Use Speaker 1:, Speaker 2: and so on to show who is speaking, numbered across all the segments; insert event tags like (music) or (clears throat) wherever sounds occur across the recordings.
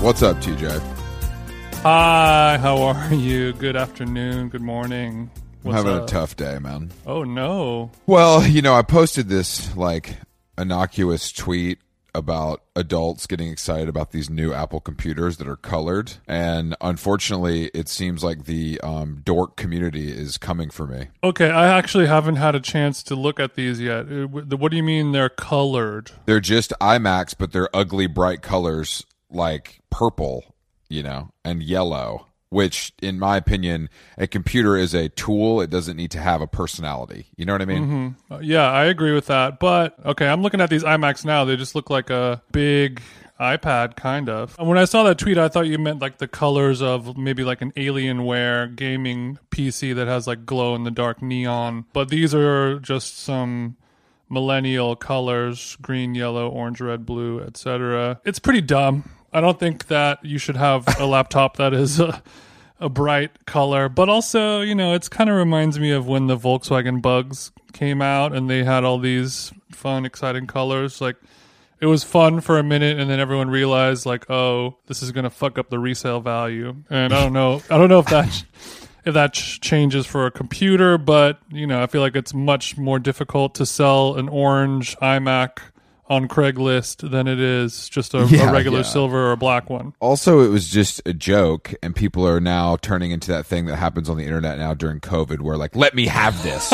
Speaker 1: What's up, TJ?
Speaker 2: Hi, how are you? Good afternoon, good morning. What's
Speaker 1: I'm having
Speaker 2: up?
Speaker 1: a tough day, man.
Speaker 2: Oh, no.
Speaker 1: Well, you know, I posted this like innocuous tweet about adults getting excited about these new Apple computers that are colored, and unfortunately, it seems like the um, dork community is coming for me.
Speaker 2: Okay, I actually haven't had a chance to look at these yet. Uh, wh- What do you mean they're colored?
Speaker 1: They're just IMAX, but they're ugly, bright colors like purple, you know, and yellow. Which, in my opinion, a computer is a tool. It doesn't need to have a personality. You know what I mean?
Speaker 2: Uh, Yeah, I agree with that. But okay, I'm looking at these IMAX now. They just look like a big iPad, kind of. And when I saw that tweet, I thought you meant like the colors of maybe like an Alienware gaming PC that has like glow in the dark neon. But these are just some millennial colors green yellow orange red blue etc it's pretty dumb i don't think that you should have a laptop that is uh, a, a bright color but also you know it's kind of reminds me of when the volkswagen bugs came out and they had all these fun exciting colors like it was fun for a minute and then everyone realized like oh this is going to fuck up the resale value and i
Speaker 1: (laughs)
Speaker 2: don't know i don't know if that if that ch- changes for a computer, but you know, I feel like it's much more difficult to sell an orange iMac on Craigslist than it is just a, a
Speaker 1: Yeah,
Speaker 2: regular
Speaker 1: yeah.
Speaker 2: silver or black one.
Speaker 1: also it was just a joke and people are now turning into that thing that happens on the internet now during covid where like let me have this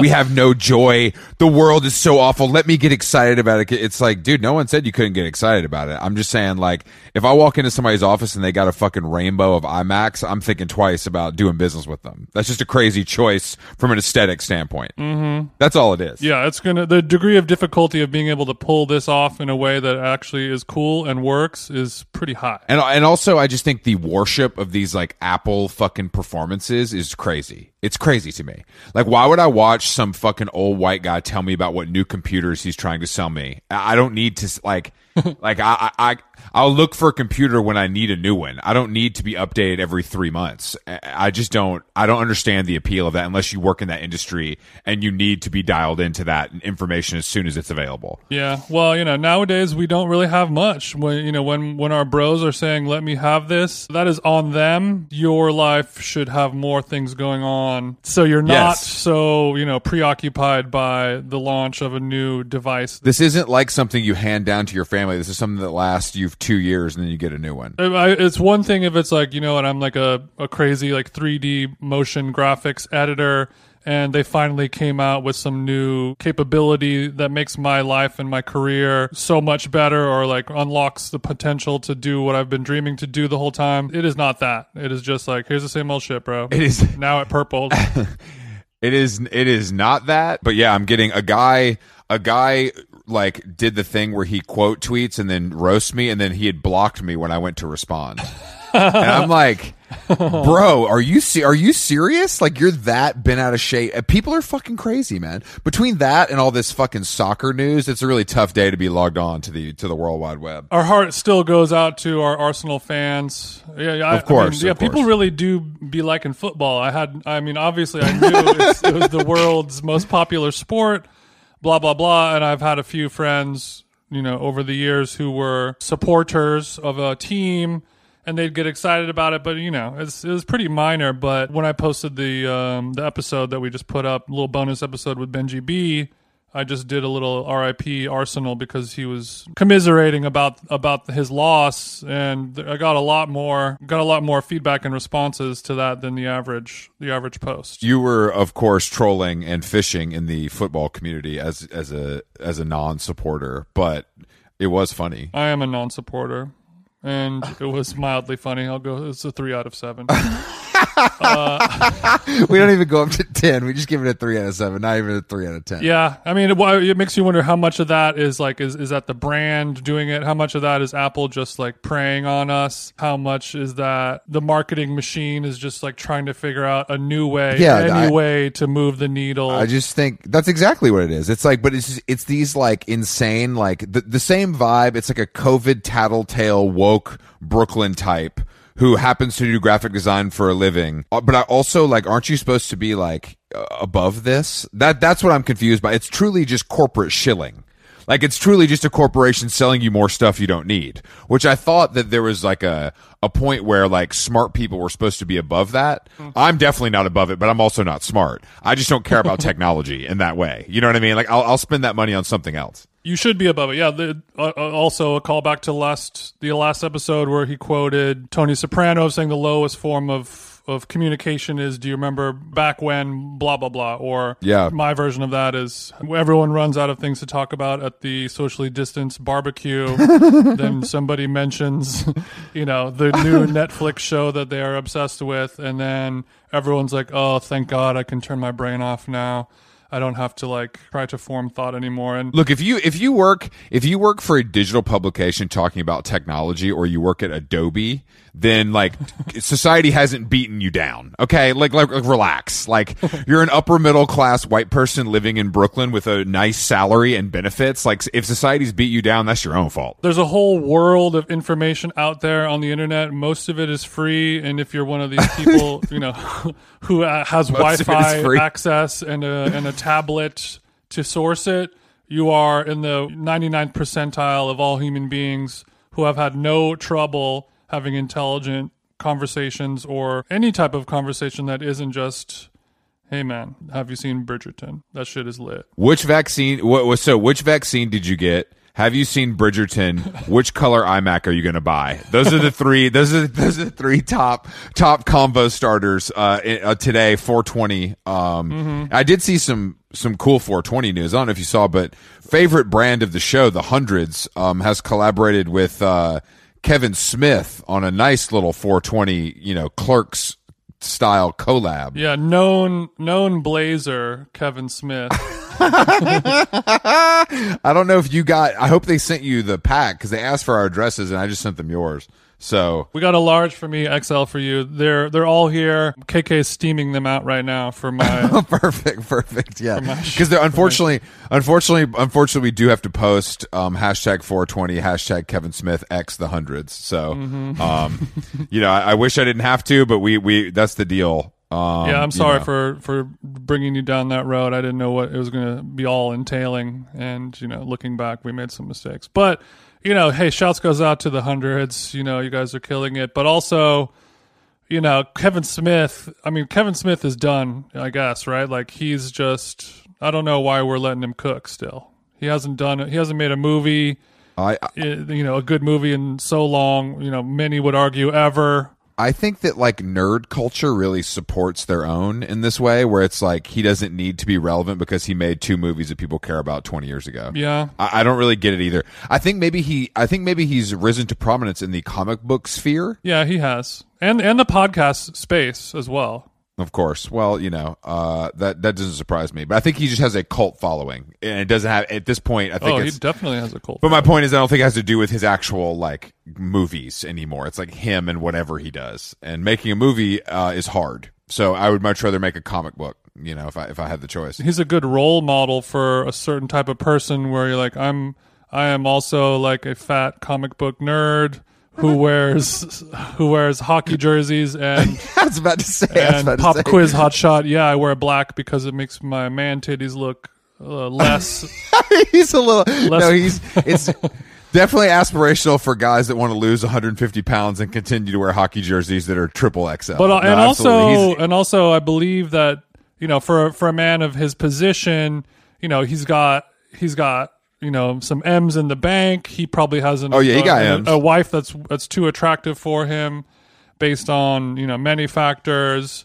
Speaker 1: we have no joy the world is so awful let me get excited about it it's like dude no one said you couldn't get excited about it i'm just saying like if i walk into somebody's office and they got a fucking rainbow of imax i'm thinking twice about doing business with them that's just a crazy choice from an aesthetic standpoint mm-hmm. that's all it is
Speaker 2: Yeah, it's gonna the degree of difficulty of being able to pull this off in a way that actually is cool and works is pretty high.
Speaker 1: And and also, I just think the worship of these like Apple fucking performances is crazy. It's crazy to me. Like, why would I watch some fucking old white guy tell me about what new computers he's trying to sell me? I I don't need to s- like, like I, I I I'll look for a computer when I need a new one. I don't need to be updated every three months. I- I just don't. I don't understand the appeal of that unless you work in that industry and you need to be dialed into that information as soon as it's available.
Speaker 2: Yeah, well, you know, nowadays we don't really have much. When you know, when when our bros are saying, "Let me have this," that is on them. Your life should have more things going on, so you're not
Speaker 1: Yes.
Speaker 2: so you know preoccupied by the launch of a new device.
Speaker 1: This isn't like something you hand down to your family. This is something that lasts you two years and then you get a new one.
Speaker 2: I- I- It's one thing if it's like you know, and I'm like a a crazy like 3D motion graphics editor. And they finally came out with some new capability that makes my life and my career so much better or like unlocks the potential to do what I've been dreaming to do the whole time. It is not that. It is just like, here's the same old shit, bro.
Speaker 1: It is
Speaker 2: Now it purple.
Speaker 1: It is it is not that, but yeah, I'm getting a guy a guy like did the thing where he quote tweets and then roasts me and then he had blocked me when I went to respond. and I'm
Speaker 2: (laughs)
Speaker 1: like, "Bro, are you se- are you serious? Like you're that bent out of shape. Uh, People are fucking crazy, man. Between that and all this fucking soccer news, it's a really tough day to be logged on to the to the World Wide Web.
Speaker 2: Our heart still goes out to our Arsenal fans. Yeah, yeah I-
Speaker 1: Of course,
Speaker 2: I mean, yeah,
Speaker 1: of course.
Speaker 2: people really do be liking football. I had, I mean, obviously, I knew it's, it was the world's most popular sport. Blah blah blah. And I've had a few friends, you know, over the years who were supporters of a team, and they'd get excited about it. But you know, it's, it was pretty minor. But when I posted the um, the episode that we just put up, little bonus episode with Benji B. I just did a little R.I.P. Arsenal because he was commiserating about about his loss, and I got a lot more got a lot more feedback and responses to that than the average the average post.
Speaker 1: You were, of course, trolling and fishing in the football community as as a as a non-supporter, but it was funny.
Speaker 2: I am a non-supporter, and it was mildly funny. I'll go. It's a three out of seven.
Speaker 1: (laughs)
Speaker 2: (laughs)
Speaker 1: we don't even go up to 10 we just give it a 3 out of 7 not even a 3 out of 10
Speaker 2: Yeah, I mean, it, why- it makes you wonder how much of that is like is is that the brand doing it? How much of that is Apple just like preying on us? How much is that the marketing machine is just like trying to figure out a new way,
Speaker 1: Yeah,
Speaker 2: any
Speaker 1: I-
Speaker 2: way to move the needle?
Speaker 1: i just think that's exactly what it is it's like but it's just, it's these like insane like the, the same vibe it's like a covid tattletale woke brooklyn type who happens to do graphic design for a living Uh, but i also like aren't you supposed to be like uh, above this that that's what i'm confused by it's truly just corporate shilling Like it's truly just a corporation selling you more stuff you don't need, which I thought that there was like a a point where like smart people were supposed to be above that. I'm definitely not above it, but I'm also not smart. I just don't care about technology in that way. You know what I mean? Like I'll, I'll spend that money on something else.
Speaker 2: you should be above it. Yeah. The, uh, uh, also, a callback to last the last episode where he quoted Tony Soprano saying the lowest form of of communication is do you remember back when blah blah blah or
Speaker 1: Yeah.
Speaker 2: my version of that is everyone runs out of things to talk about at the socially distanced barbecue then somebody mentions you know the new netflix show that they are obsessed with and then everyone's like oh thank god i can turn my brain off now i don't have to like try to form thought anymore and
Speaker 1: Look, if you if you work if you work for a digital publication talking about technology or you work at Adobe, then like (laughs) society hasn't beaten you down. Okay? Like like, like relax. Like you're an upper middle class white person living in Brooklyn with a nice salary and benefits. Like if society's beat you down, that's your own fault.
Speaker 2: there's a whole world of information out there on the internet. Most of it is free, and if you're one
Speaker 1: (laughs)
Speaker 2: of these people, you know, (laughs) who uh, has
Speaker 1: Most of it is
Speaker 2: Wi-Fi
Speaker 1: free.
Speaker 2: access and a and a tablet to source it, you are in the 99th percentile of all human beings who have had no trouble having intelligent conversations or any type of conversation that isn't just, "Hey man, have you seen Bridgerton? That shit is lit."
Speaker 1: Which vaccine what was so which vaccine did you get? Have you seen Bridgerton? Which color iMac are you going to buy? Those are the three. Those are those are the three top top combo starters uh, in- uh, today. 420. Um, I did see some some cool 420 news. I don't know if you saw, but favorite brand of the show, the Hundreds, um, has collaborated with uh, Kevin Smith on a nice little 420. You know, Clerks style collab.
Speaker 2: Yeah, known known blazer Kevin Smith.
Speaker 1: I don't know if you got. I hope they sent you the pack because they asked for our addresses, and I just sent them yours. So (laughs)
Speaker 2: We got a large for me, XL for you. They're they're all here. KK is steaming them out right now
Speaker 1: (laughs)
Speaker 2: for my.
Speaker 1: perfect, perfect, yeah. Because unfortunately, unfortunately, unfortunately, we do have to post um, hashtag 420 hashtag Kevin Smith x the hundreds. So, um, (laughs) you know, I, I wish I didn't have to, but we we that's the deal. Um,
Speaker 2: yeah, I'm
Speaker 1: you
Speaker 2: sorry
Speaker 1: know.
Speaker 2: for for bringing you down that road. I didn't know what it was going to be all entailing, and you know, looking back, we made some mistakes. But you know, hey, shouts goes out to the hundreds. You know, you guys are killing it. But also, you know, Kevin Smith. I mean, Kevin Smith is done. I guess right. Like he's just. I don't know why we're letting him cook still. He hasn't done. He hasn't made a movie.
Speaker 1: I
Speaker 2: it- uh, you know a good movie in so long you know many would argue ever
Speaker 1: I think that like nerd culture really supports their own in this way, where it's like he doesn't need to be relevant because he made two movies that people care about 20 years ago.
Speaker 2: yeah
Speaker 1: I, I don't really get it either. I think maybe he, I think maybe he's risen to prominence in the comic book sphere.
Speaker 2: yeah he has and and the podcast space as well
Speaker 1: Of course. Well, you know, uh, that that doesn't surprise me. But I think he just has a cult following, and it doesn't have at this point. I think
Speaker 2: Oh, he
Speaker 1: it's.
Speaker 2: definitely has a cult.
Speaker 1: but my point is, I don't think it has to do with his actual like movies anymore. It's like him and whatever he does, and making a movie uh, is hard. So I would much rather make a comic book. You know, if I if I had the choice.
Speaker 2: he's a good role model for a certain type of person where you're like i'm i am also like a fat comic book nerd who
Speaker 1: Mm-hmm.
Speaker 2: wears who
Speaker 1: (laughs)
Speaker 2: wears hockey jerseys and
Speaker 1: (laughs) I was about to say. I was
Speaker 2: and
Speaker 1: about to
Speaker 2: pop
Speaker 1: say.
Speaker 2: quiz hot shot yeah i wear black because it makes my man titties look
Speaker 1: (laughs)
Speaker 2: uh, less
Speaker 1: he's a little no
Speaker 2: Less-
Speaker 1: he's it's definitely aspirational for guys that want to lose 150 pounds and continue to wear hockey jerseys that are triple xl
Speaker 2: But
Speaker 1: No,
Speaker 2: uh, and
Speaker 1: absolutely.
Speaker 2: also
Speaker 1: He's-
Speaker 2: and also, I believe that you know for for a man of his position, you know he's got he's got you know some M's in the bank. He probably has an
Speaker 1: Oh, yeah, he
Speaker 2: a,
Speaker 1: got
Speaker 2: a-
Speaker 1: Ms.
Speaker 2: a wife that's that's too attractive for him, based on you know many factors.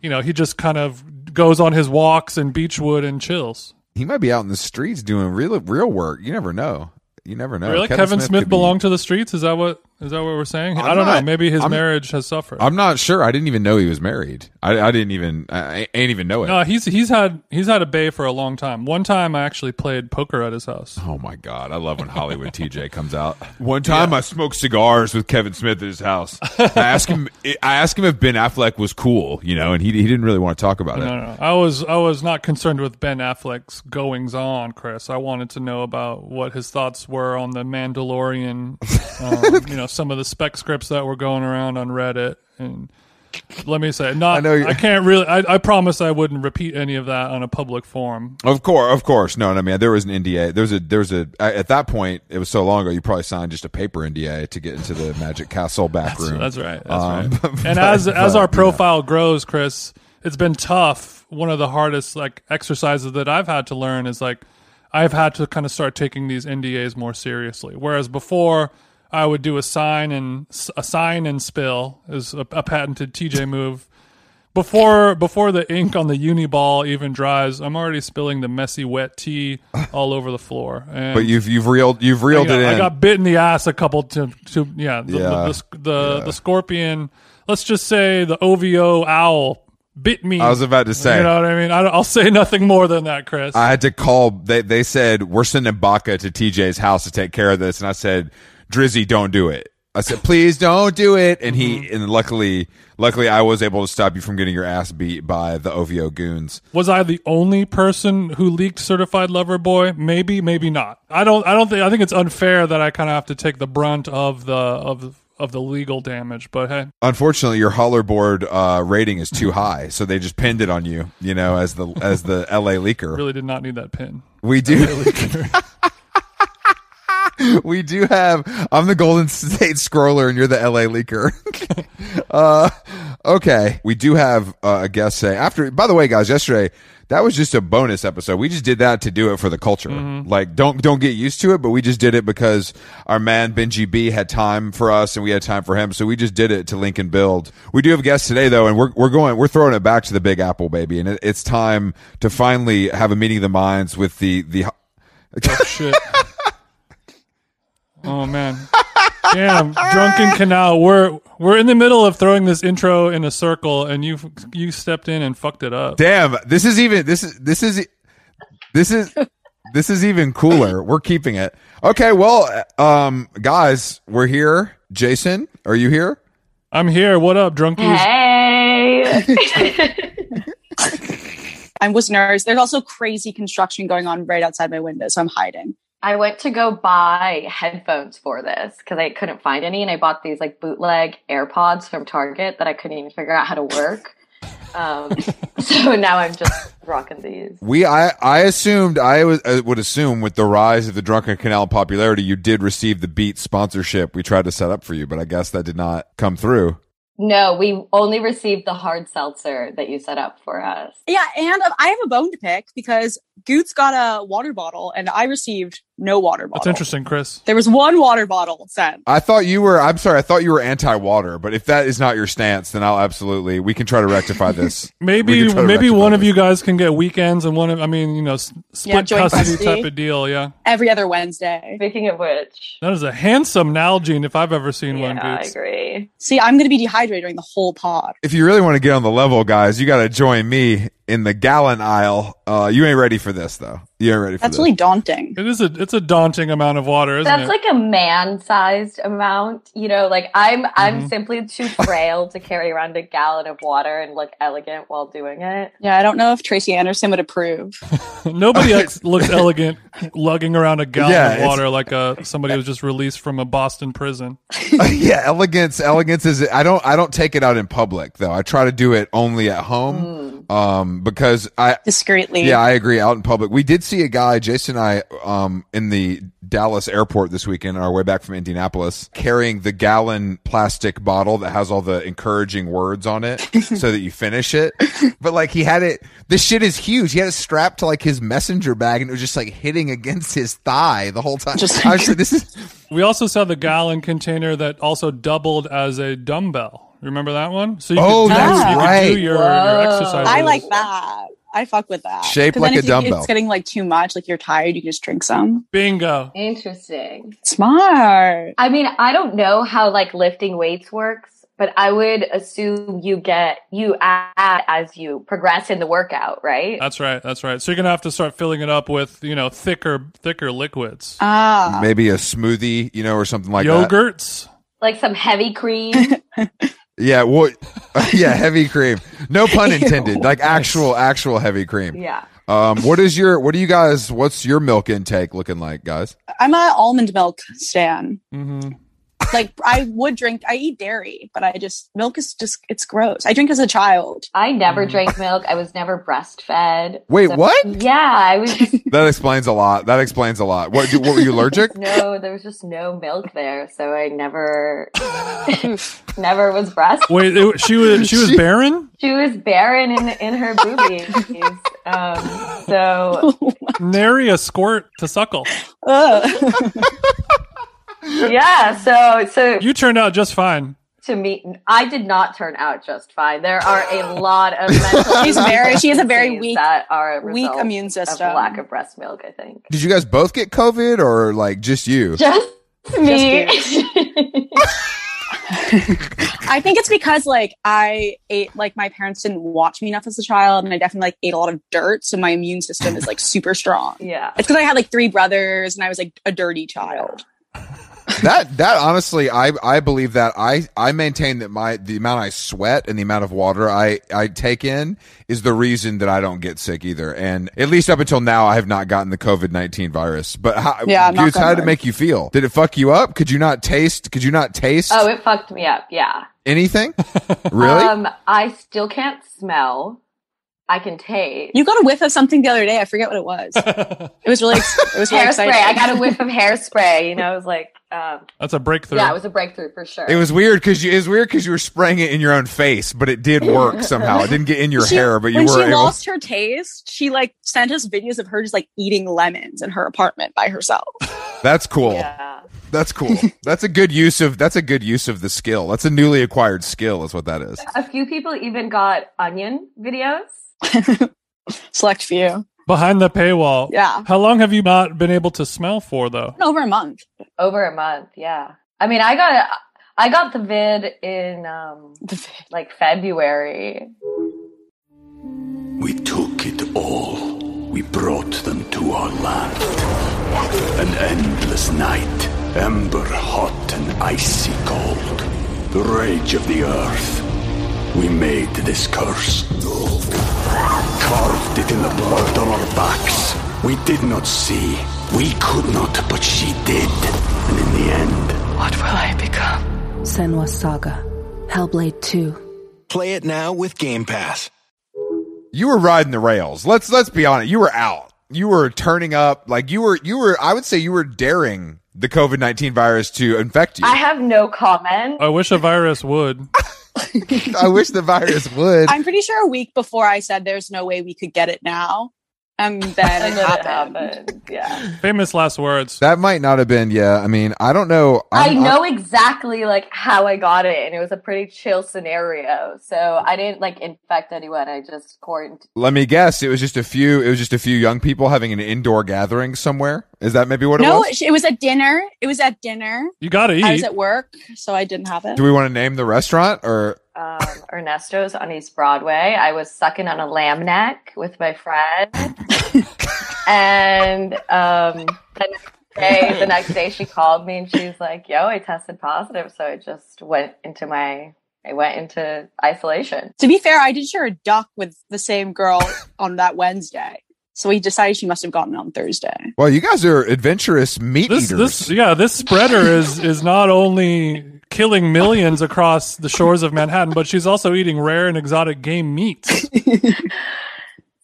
Speaker 2: You know he just kind of goes on his walks in Beechwood and chills.
Speaker 1: he might be out in the streets doing real real work you never know you never know
Speaker 2: really, Kevin Smith,
Speaker 1: could be-
Speaker 2: belonged to the streets? Is that what is that what we're saying? I'm I
Speaker 1: I'm
Speaker 2: do not
Speaker 1: not-
Speaker 2: know. Maybe his
Speaker 1: I'm-
Speaker 2: marriage has suffered.
Speaker 1: i'm not sure i didn't even know he was married i, I didn't even I, I ain't even know it
Speaker 2: No, Uh, he's he's had he's had a bay for a long time. One time I actually played poker at his house.
Speaker 1: Oh my God! I love
Speaker 2: (laughs)
Speaker 1: when Hollywood TJ comes out. One time, I smoked cigars with Kevin Smith at his house. I asked him. I asked him if Ben Affleck was cool, you know, and he, he didn't really want to talk about it.
Speaker 2: No, no, I was I was not concerned with Ben Affleck's goings on, Chris. I wanted to know about what his thoughts were on the Mandalorian. Um,
Speaker 1: (laughs)
Speaker 2: you know, some of the spec scripts that were going around on Reddit, and let me say, not I,
Speaker 1: I know you-
Speaker 2: can't really. I, I promise I wouldn't repeat any of that on a public forum.
Speaker 1: Of course, of course. No, no, man. There was an NDA. There was a, there was a. At that point, it was so long ago. You probably signed just a paper NDA to get into the Magic Castle back room.
Speaker 2: That's right. That's
Speaker 1: Um, (laughs)
Speaker 2: right.
Speaker 1: but-
Speaker 2: and as as
Speaker 1: but,
Speaker 2: our
Speaker 1: you know.
Speaker 2: profile grows, Chris, it's been tough. One of the hardest like exercises that I've had to learn is like I've had to kind of start taking these NDAs more seriously. Whereas before, I would do a sign and a sign and spill is a, a patented TJ move. Before before the ink on the uni ball even dries, I'm already spilling the messy wet tea all over the floor. And
Speaker 1: But you've you've reeled you've
Speaker 2: I
Speaker 1: reeled
Speaker 2: got,
Speaker 1: it in.
Speaker 2: I got bit in the ass a couple to, to yeah the,
Speaker 1: Yeah.
Speaker 2: the, the, the, the scorpion let's just say the OVO owl bit me
Speaker 1: I was about to say.
Speaker 2: you know what I mean I, don't- I'll say (laughs) nothing more than that Chris
Speaker 1: I had to call. They they said we're sending Baca to TJ's house to take care of this, and I said, Drizzy, don't do it. I said, please don't do it. And
Speaker 2: Mm-hmm.
Speaker 1: he and luckily, luckily, I was able to stop you from getting your ass beat by the OVO goons.
Speaker 2: was I the only person who leaked certified lover boy maybe maybe not I don't I don't think I think it's unfair that I kind of have to take the brunt of the of of the legal damage but hey
Speaker 1: Unfortunately, your hollerboard uh, rating is too high, so they just pinned it on you. You know, as the as the LA leaker,
Speaker 2: really did not need that pin
Speaker 1: we do. (laughs) We do have. I'm the Golden State Scroller, and you're the LA Leaker. (laughs) uh, (laughs) okay, we do have uh, a guest saying after. By the way, guys, yesterday that was just a bonus episode. We just did that to do it for the culture. Like, don't don't get used to it, but we just did it because our man Benji B had time for us, and we had time for him, so we just did it to link and build. We do have guests today though, and we're we're going we're throwing it back to the Big Apple, baby, and it, it's time to finally have a meeting of the minds with the the.
Speaker 2: shit. oh man. Damn, drunken canal. We're we're in the middle of throwing this intro in a circle, and you you stepped in and fucked it up.
Speaker 1: Damn, this is even this is this is this is this is even cooler. We're keeping it. Okay, well, um guys, we're here. Jason, are you here?
Speaker 2: I'm here. What up, drunkies? (laughs)
Speaker 3: Hey. (laughs)
Speaker 4: I was nervous. There's also crazy construction going on right outside my window, so I'm hiding.
Speaker 3: I went to go buy headphones for this because I couldn't find any, and I bought these like bootleg AirPods from Target that I couldn't even figure out how to work. Um,
Speaker 2: (laughs)
Speaker 3: so now I'm just rocking these.
Speaker 1: We I I assumed I was I would assume with the rise of the Drunken Canal popularity, you did receive the Beat sponsorship we tried to set up for you, but I guess that did not come through.
Speaker 3: No, we only received the hard seltzer that you set up for us.
Speaker 4: um, Yeah, and I have a bone to pick because Goots got a water bottle, and I received No water bottle.
Speaker 2: That's interesting, Chris.
Speaker 4: There was one water bottle sent.
Speaker 1: I thought you were. I'm sorry. I thought you were anti-water. But if that is not your stance, then I'll absolutely. We can try to rectify this. We
Speaker 2: (laughs) Maybe
Speaker 1: can try to
Speaker 2: maybe
Speaker 1: rectify
Speaker 2: one of
Speaker 1: this.
Speaker 2: you guys can get weekends and one of I mean, you know, s-
Speaker 4: Yeah,
Speaker 2: split
Speaker 4: joint
Speaker 2: custody,
Speaker 4: custody.
Speaker 2: type of deal, yeah.
Speaker 4: Every other Wednesday.
Speaker 3: Speaking of which,
Speaker 2: That is a handsome Nalgene if I've ever seen one,
Speaker 3: yeah, I
Speaker 2: dudes.
Speaker 3: agree.
Speaker 4: See, I'm going to be dehydrated during the whole pod.
Speaker 1: If you really want to get on the level, guys, you got to join me in the gallon aisle. Uh, you ain't ready for this though. You ain't ready for
Speaker 4: That's
Speaker 1: this.
Speaker 4: really daunting.
Speaker 2: It is a it's a daunting amount of water, isn't
Speaker 3: That's
Speaker 2: it?
Speaker 3: like a man-sized amount, you know. Like I'm,
Speaker 2: Mm-hmm.
Speaker 3: I'm simply too frail to carry around a gallon of water and look elegant while doing it.
Speaker 4: Yeah, I don't know if Tracy Anderson would approve.
Speaker 2: (laughs) Nobody ex- looks elegant lugging around a gallon
Speaker 1: Yeah,
Speaker 2: of
Speaker 1: it's-
Speaker 2: water like a somebody who was just released from a Boston prison.
Speaker 1: (laughs) yeah, elegance. Elegance is. I don't. I don't take it out in public though. I try to do it only at home. Um, because I.
Speaker 4: Discreetly.
Speaker 1: Yeah, I agree. Out in public, we did see a guy, Jason and I, um, in the Dallas airport this weekend on our way back from Indianapolis, carrying the gallon plastic bottle that has all the encouraging words on it, so that you finish it. But like he had it, this shit is huge. He had it strapped to like his messenger bag, and it was just like hitting against his thigh the whole time.
Speaker 4: Just-
Speaker 1: I was like, this is
Speaker 2: We also saw the gallon container that also doubled as a dumbbell. Remember that one? So you
Speaker 1: Oh,
Speaker 4: that's
Speaker 2: you
Speaker 1: right.
Speaker 2: do your, your exercises.
Speaker 4: I like that. I fuck with that.
Speaker 1: Shaped
Speaker 4: 'Cause
Speaker 1: like
Speaker 4: then
Speaker 1: a
Speaker 4: if you- if
Speaker 1: dumbbell.
Speaker 4: It's getting like too much. Like you're tired. You can just drink some.
Speaker 2: Bingo.
Speaker 3: Interesting.
Speaker 4: Smart.
Speaker 3: I mean, I don't know how like lifting weights works, but I would assume you get you add as you progress in the workout, right?
Speaker 1: Uh,
Speaker 2: That's right. That's right. So you're gonna have to start filling it up with you know thicker, thicker liquids,
Speaker 4: Ah,
Speaker 1: maybe a smoothie, you know, or something like that.
Speaker 2: yogurts.
Speaker 3: like some
Speaker 1: (laughs)
Speaker 3: heavy cream.
Speaker 1: Yeah, what? (laughs) yeah, heavy cream. No pun intended. Like actual, actual heavy cream.
Speaker 3: yeah.
Speaker 1: Um, what is your? What do you guys? What's your milk intake looking like, guys?
Speaker 4: I'm a almond milk stan.
Speaker 2: Mm-hmm.
Speaker 4: Like I would drink. I eat dairy, but I just milk is just it's gross. I drink as a child.
Speaker 3: I never drank milk. I was never breastfed.
Speaker 1: Mm-hmm. Wait,
Speaker 3: So-
Speaker 1: what?
Speaker 3: Yeah, I
Speaker 1: (laughs)
Speaker 3: was just
Speaker 1: That explains a lot. That explains a lot. What? What were you allergic?
Speaker 3: no, there was just no milk there, so
Speaker 1: (laughs)
Speaker 3: I never (laughs) never was breast.
Speaker 2: Wait, it, she was
Speaker 1: (laughs)
Speaker 2: she was barren.
Speaker 3: She was barren in in her boobies. Um, so
Speaker 2: Nary a squirt to suckle.
Speaker 4: Ugh.
Speaker 3: yeah, so so
Speaker 2: You turned out just fine.
Speaker 3: to me, I did not turn out just fine. There are
Speaker 1: (gasps)
Speaker 3: a lot of mental
Speaker 4: She's very- she has a very
Speaker 3: deficiencies
Speaker 4: weak-
Speaker 3: that are a
Speaker 4: weak
Speaker 3: result
Speaker 4: immune
Speaker 3: of
Speaker 4: system.
Speaker 3: lack of breast milk. I think
Speaker 1: Did you guys both get COVID or like just you?
Speaker 3: (laughs) just me.
Speaker 4: I think it's because like I ate like my parents didn't watch me enough as a child, and I definitely like ate a lot of dirt, so my immune system is like super strong.
Speaker 3: (laughs) yeah,
Speaker 4: It's because I had like three brothers, and I was like a dirty child.
Speaker 1: that that honestly, I I believe that I I maintain that my the amount I sweat and the amount of water I I take in is the reason that I don't get sick either. And at least up until now, I have not gotten the COVID nineteen virus. But how,
Speaker 4: Yeah, I'm not
Speaker 1: dudes, how did it
Speaker 4: gonna-
Speaker 1: make you feel? Did it fuck you up? Could you not taste? Could you not taste
Speaker 3: oh, it fucked me up. Yeah,
Speaker 1: anything? really?
Speaker 3: Um, I still can't smell. I can taste.
Speaker 4: You got a whiff of something the other day. I forget what it was. it was really ex- it was really
Speaker 3: hairspray.
Speaker 4: exciting.
Speaker 3: I got a whiff of hairspray. You know, it was like, um,
Speaker 2: That's a breakthrough.
Speaker 3: yeah, it was a breakthrough for sure.
Speaker 1: It was weird because you it was weird because you were spraying it in your own face, but it did work somehow. It didn't get in your
Speaker 4: She-
Speaker 1: hair, but you
Speaker 4: when
Speaker 1: were
Speaker 4: she
Speaker 1: able.
Speaker 4: lost her taste, she like sent us videos of her just like eating lemons in her apartment by herself.
Speaker 1: That's cool.
Speaker 3: Yeah.
Speaker 1: That's cool. that's a good use of that's a good use of the skill. That's a newly acquired skill, is what that is.
Speaker 3: A few people even got onion videos.
Speaker 4: Select few.
Speaker 2: behind the paywall.
Speaker 4: Yeah.
Speaker 2: How long have you not been able to smell for though?
Speaker 4: Over a month.
Speaker 3: over a month yeah i mean i got i got the vid in um like february
Speaker 5: We took it all. We brought them to our land. An endless night, ember hot and icy cold. The rage of the earth. We made this curse. Carved it in the blood on our backs. We did not see. We could not, but she did. And in the end,
Speaker 6: What will I become?
Speaker 7: Senwa Saga. Hellblade 2.
Speaker 8: Play it now with Game Pass.
Speaker 1: You were riding the rails. Let's let's be honest. You were out. You were turning up. Like you were you were. I would say you were daring the COVID nineteen virus to infect you.
Speaker 3: i have no comment
Speaker 2: I wish a virus would.
Speaker 1: (laughs) I wish the virus would.
Speaker 4: (laughs) I'm pretty sure a week before I said there's no way we could get it now. and then
Speaker 3: And then
Speaker 4: it
Speaker 3: it
Speaker 4: happened.
Speaker 3: happened.
Speaker 2: (laughs)
Speaker 3: Yeah.
Speaker 2: Famous last words.
Speaker 1: That might not have been. Yeah, I mean, I don't know.
Speaker 3: i
Speaker 1: I'm-
Speaker 3: know exactly like how I got it, and it was a pretty chill scenario. So I didn't like infect anyone. I just quarantined.
Speaker 1: Let me guess. It was just a few. It was just a few young people having an indoor gathering somewhere. Is that maybe what
Speaker 4: No,
Speaker 1: it was?
Speaker 4: it was at dinner. It was at dinner.
Speaker 2: You gotta
Speaker 4: I was
Speaker 2: eat.
Speaker 4: at work, so I didn't have it.
Speaker 1: Do we want to name the restaurant or?
Speaker 3: Um, Ernesto's on East Broadway. I was sucking on a lamb neck with my
Speaker 4: (laughs)
Speaker 3: friend, and um, the next day, the next day, she called me and she's like, "Yo, I tested positive, so I just went into my." I went into isolation.
Speaker 4: To be fair, I did share a duck with the same girl on that Wednesday. So we decided she must have gotten it on Thursday.
Speaker 1: Well, you guys are adventurous meat
Speaker 2: This,
Speaker 1: eaters.
Speaker 2: this, yeah, this spreader is is not only killing millions across the shores of Manhattan, but she's also eating rare and exotic game meats.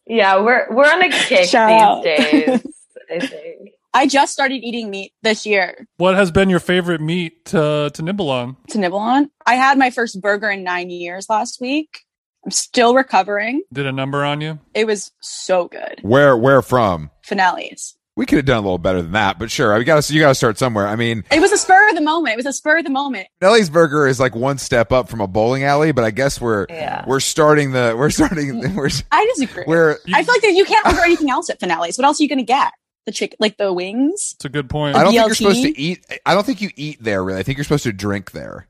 Speaker 3: Yeah, we're we're on a kick
Speaker 4: Shout
Speaker 3: these
Speaker 4: out.
Speaker 3: days. I think.
Speaker 4: I just started eating meat this year
Speaker 2: What has been your favorite meat to to nibble on?
Speaker 4: to nibble on. I had my first burger in nine years last week. I'm still recovering.
Speaker 2: Did a number on you?
Speaker 4: It was so good.
Speaker 1: where where from?
Speaker 4: Finales.
Speaker 1: We could have done a little better than that, but sure. We got to you got to start somewhere. I mean,
Speaker 4: It was a spur of the moment. It was a spur of the moment.
Speaker 1: Nelly's Burger is like one step up from a bowling alley, but I guess we're
Speaker 3: Yeah.
Speaker 1: we're starting the we're starting (laughs) we're
Speaker 4: I disagree.
Speaker 1: we're
Speaker 4: I feel like that you can't order anything else at finales. What else are you going to get? The chick, like the wings.
Speaker 2: It's a good point.
Speaker 1: I don't think you're
Speaker 4: BLT?
Speaker 1: supposed to eat. I don't think you eat there. Really, I think you're supposed to drink there.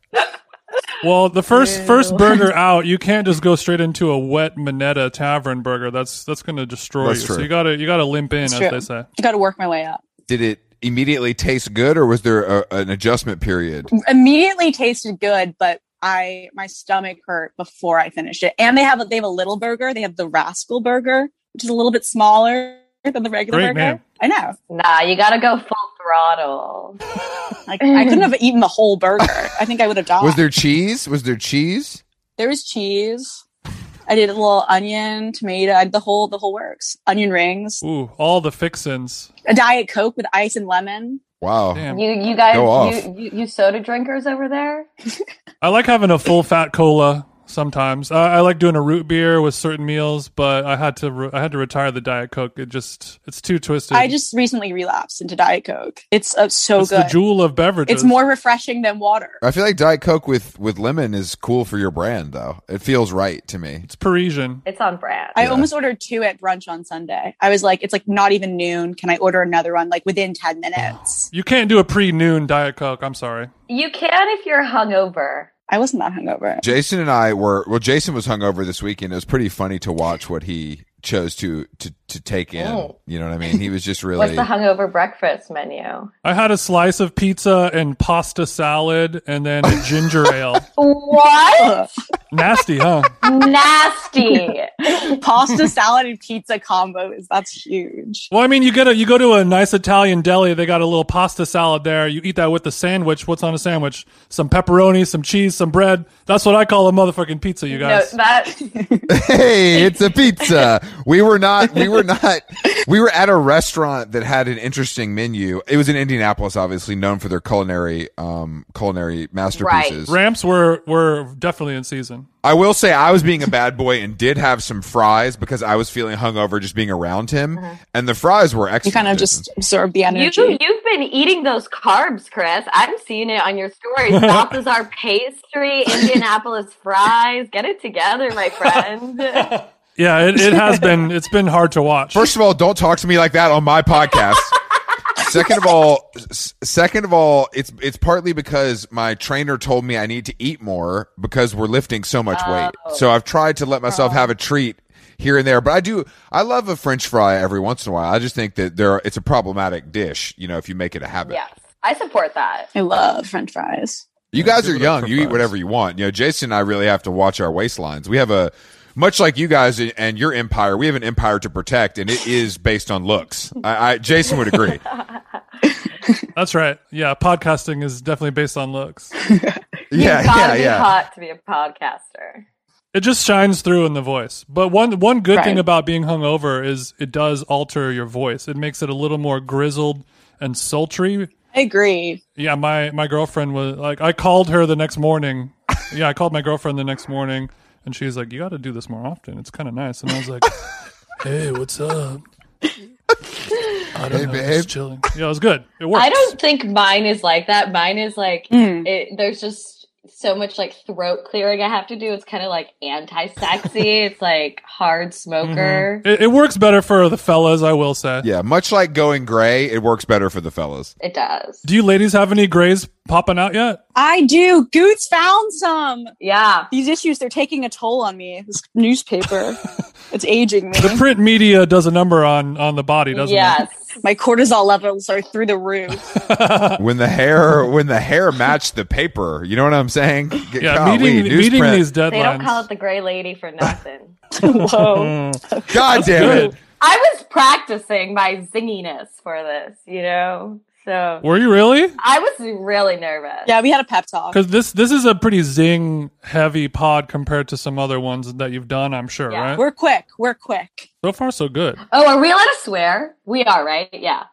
Speaker 2: Well, the first
Speaker 3: Ew.
Speaker 2: first burger out, you can't just go straight into a wet Minetta Tavern burger. That's that's going to destroy
Speaker 1: That's
Speaker 2: you. So
Speaker 1: true.
Speaker 2: you gotta you gotta limp in, as
Speaker 4: true.
Speaker 2: they say.
Speaker 4: I got to work my way up.
Speaker 1: Did it immediately taste good, or was there a, an adjustment period?
Speaker 4: Immediately tasted good, but I my stomach hurt before I finished it. And they have a, they have a little burger. They have the Rascal Burger, which is a little bit smaller than the regular
Speaker 2: Great
Speaker 4: burger.
Speaker 2: name.
Speaker 4: I know.
Speaker 3: Nah, you gotta go full throttle.
Speaker 4: Like I couldn't have eaten the whole burger. I think I would have died.
Speaker 1: Was there cheese? Was there cheese?
Speaker 4: There was cheese. I did a little onion, tomato, I did the whole the whole works. Onion rings,
Speaker 2: Ooh, all the fixins.
Speaker 4: a diet coke with ice and lemon.
Speaker 1: Wow.
Speaker 2: Damn.
Speaker 3: You you guys
Speaker 1: Go off.
Speaker 3: you, you you soda drinkers over there?
Speaker 2: I like having a full fat cola sometimes. I, I like doing a root beer with certain meals, but I had to re- I had to retire the diet coke. It just it's too twisted.
Speaker 4: I just recently relapsed into diet coke. It's uh, so
Speaker 2: it's the
Speaker 4: good.
Speaker 2: jewel of beverages.
Speaker 4: It's more refreshing than water.
Speaker 1: I feel like Diet Coke with with lemon is cool for your brand, though. It feels right to me.
Speaker 2: It's Parisian.
Speaker 3: It's on brand.
Speaker 4: I
Speaker 1: Yeah.
Speaker 4: almost ordered two at brunch on Sunday. I was like, it's like not even noon. Can I order another one like within 10 minutes?
Speaker 2: You can't do a pre noon diet coke. I'm sorry.
Speaker 3: You can if you're hungover.
Speaker 4: I wasn't that hungover.
Speaker 1: Jason and I were well. Jason was hungover this weekend. It was pretty funny to watch what he chose to to to take in.
Speaker 3: Oh.
Speaker 1: You know what I mean? He was
Speaker 3: (laughs)
Speaker 1: just
Speaker 3: What's
Speaker 1: really. (laughs)
Speaker 3: the hungover breakfast menu?
Speaker 2: I had a slice of pizza and pasta salad, and then a
Speaker 4: (laughs)
Speaker 2: ginger ale.
Speaker 3: What?
Speaker 4: Ugh.
Speaker 2: Nasty, huh?
Speaker 3: (laughs) Nasty.
Speaker 2: (laughs)
Speaker 4: Pasta, salad, and pizza combo is that's huge.
Speaker 2: Well, I mean, you get a you go to a nice Italian deli. They got a little pasta salad there. You eat that with the sandwich. What's on a sandwich? Some pepperoni, some cheese, some bread. That's what I call a motherfucking pizza, you
Speaker 3: No,
Speaker 2: guys.
Speaker 3: that
Speaker 1: hey, it's a pizza.
Speaker 3: (laughs)
Speaker 1: We were not. We were not. We were at a restaurant that had an interesting menu. It was in Indianapolis, obviously known for their culinary um culinary masterpieces.
Speaker 2: Ramps were were definitely in season.
Speaker 1: I will say I was being a bad boy and did have some fries because I was feeling hungover just being around him, and the fries were
Speaker 4: Uh-huh. You
Speaker 1: excellent.
Speaker 4: kind of
Speaker 1: Jason.
Speaker 4: just absorb the
Speaker 3: you
Speaker 4: energy.
Speaker 3: you've been eating those carbs, Chris. I'm seeing it on your (laughs) stories. Balthazar pastry, Indianapolis fries. Get it together, my (laughs) friend.
Speaker 2: Yeah, it, it has been it's been hard to watch.
Speaker 1: First of all, don't talk to me like that on my
Speaker 4: (laughs)
Speaker 1: podcast. second of all, s- second of all, it's it's partly because my trainer told me I need to eat more because we're lifting so much
Speaker 4: Oh.
Speaker 1: weight. So I've tried to let myself have a treat here and there, but I do I love a french fry every once in a while. I just think that there are, it's a problematic dish, you know, if you make it a habit.
Speaker 3: yes. I support that.
Speaker 4: I love french fries.
Speaker 1: You guys
Speaker 2: give
Speaker 1: are
Speaker 2: it up
Speaker 1: young.
Speaker 2: for
Speaker 1: You eat
Speaker 2: fries.
Speaker 1: whatever you want. You know, Jason and I really have to watch our waistlines. We have a much like you guys and your empire. We have an empire to protect, and it is based on looks. I, I Jason would
Speaker 2: (laughs)
Speaker 1: agree.
Speaker 2: That's right. Yeah, podcasting is definitely based on looks.
Speaker 1: yeah,
Speaker 3: You've
Speaker 1: yeah,
Speaker 3: gotta be
Speaker 1: yeah.
Speaker 3: hot to be a podcaster.
Speaker 2: It just shines through in the voice. But one one good
Speaker 4: Right.
Speaker 2: thing about being hungover is it does alter your voice. It makes it a little more grizzled and sultry
Speaker 4: I agree.
Speaker 2: Yeah, my my girlfriend was like, I called her the next morning. (laughs) Yeah, I called my girlfriend the next morning, (laughs) and she's like, "You got to do this more often. It's kind of nice." And I was like, "Hey, what's up?" I don't
Speaker 1: Hey,
Speaker 2: know.
Speaker 1: babe.
Speaker 2: Just chilling. Yeah, it was good. It worked.
Speaker 3: I don't think mine is like that. Mine is like
Speaker 4: Mm.
Speaker 3: it, there's just so much like throat clearing I have to do. It's kind of like anti-sexy. it's like hard smoker.
Speaker 1: Mm-hmm.
Speaker 2: It, it works better for the fellas, I will say.
Speaker 1: Yeah, much like going gray, it works better for the fellas.
Speaker 3: It does.
Speaker 2: Do you ladies have any grays popping out yet?
Speaker 4: I do. Goots found some.
Speaker 3: Yeah.
Speaker 4: These issues, they're taking a toll on me. This
Speaker 2: (laughs)
Speaker 4: newspaper, it's aging me.
Speaker 2: The print media does a number on on the body, doesn't it?
Speaker 3: Yes.
Speaker 4: My cortisol levels are through the
Speaker 2: (laughs)
Speaker 4: roof.
Speaker 1: When the hair when the hair matched the paper, you know what I'm saying? Get-
Speaker 2: Yeah,
Speaker 1: golly,
Speaker 2: meeting meeting
Speaker 1: newsprint.
Speaker 2: these deadlines.
Speaker 3: They don't call it the gray lady for nothing.
Speaker 4: Whoa.
Speaker 1: (laughs) God damn it.
Speaker 2: Good.
Speaker 3: I was practicing my zinginess for this, you know? So
Speaker 2: Were you really?
Speaker 3: I was really nervous.
Speaker 4: Yeah, we had a pep talk.
Speaker 2: Because this this is a pretty zing heavy pod compared to some other ones that you've done, I'm sure,
Speaker 3: Yeah.
Speaker 2: right?
Speaker 4: We're quick. We're quick.
Speaker 2: So far, so good.
Speaker 3: Oh, are we allowed to swear? We are, right? Yeah.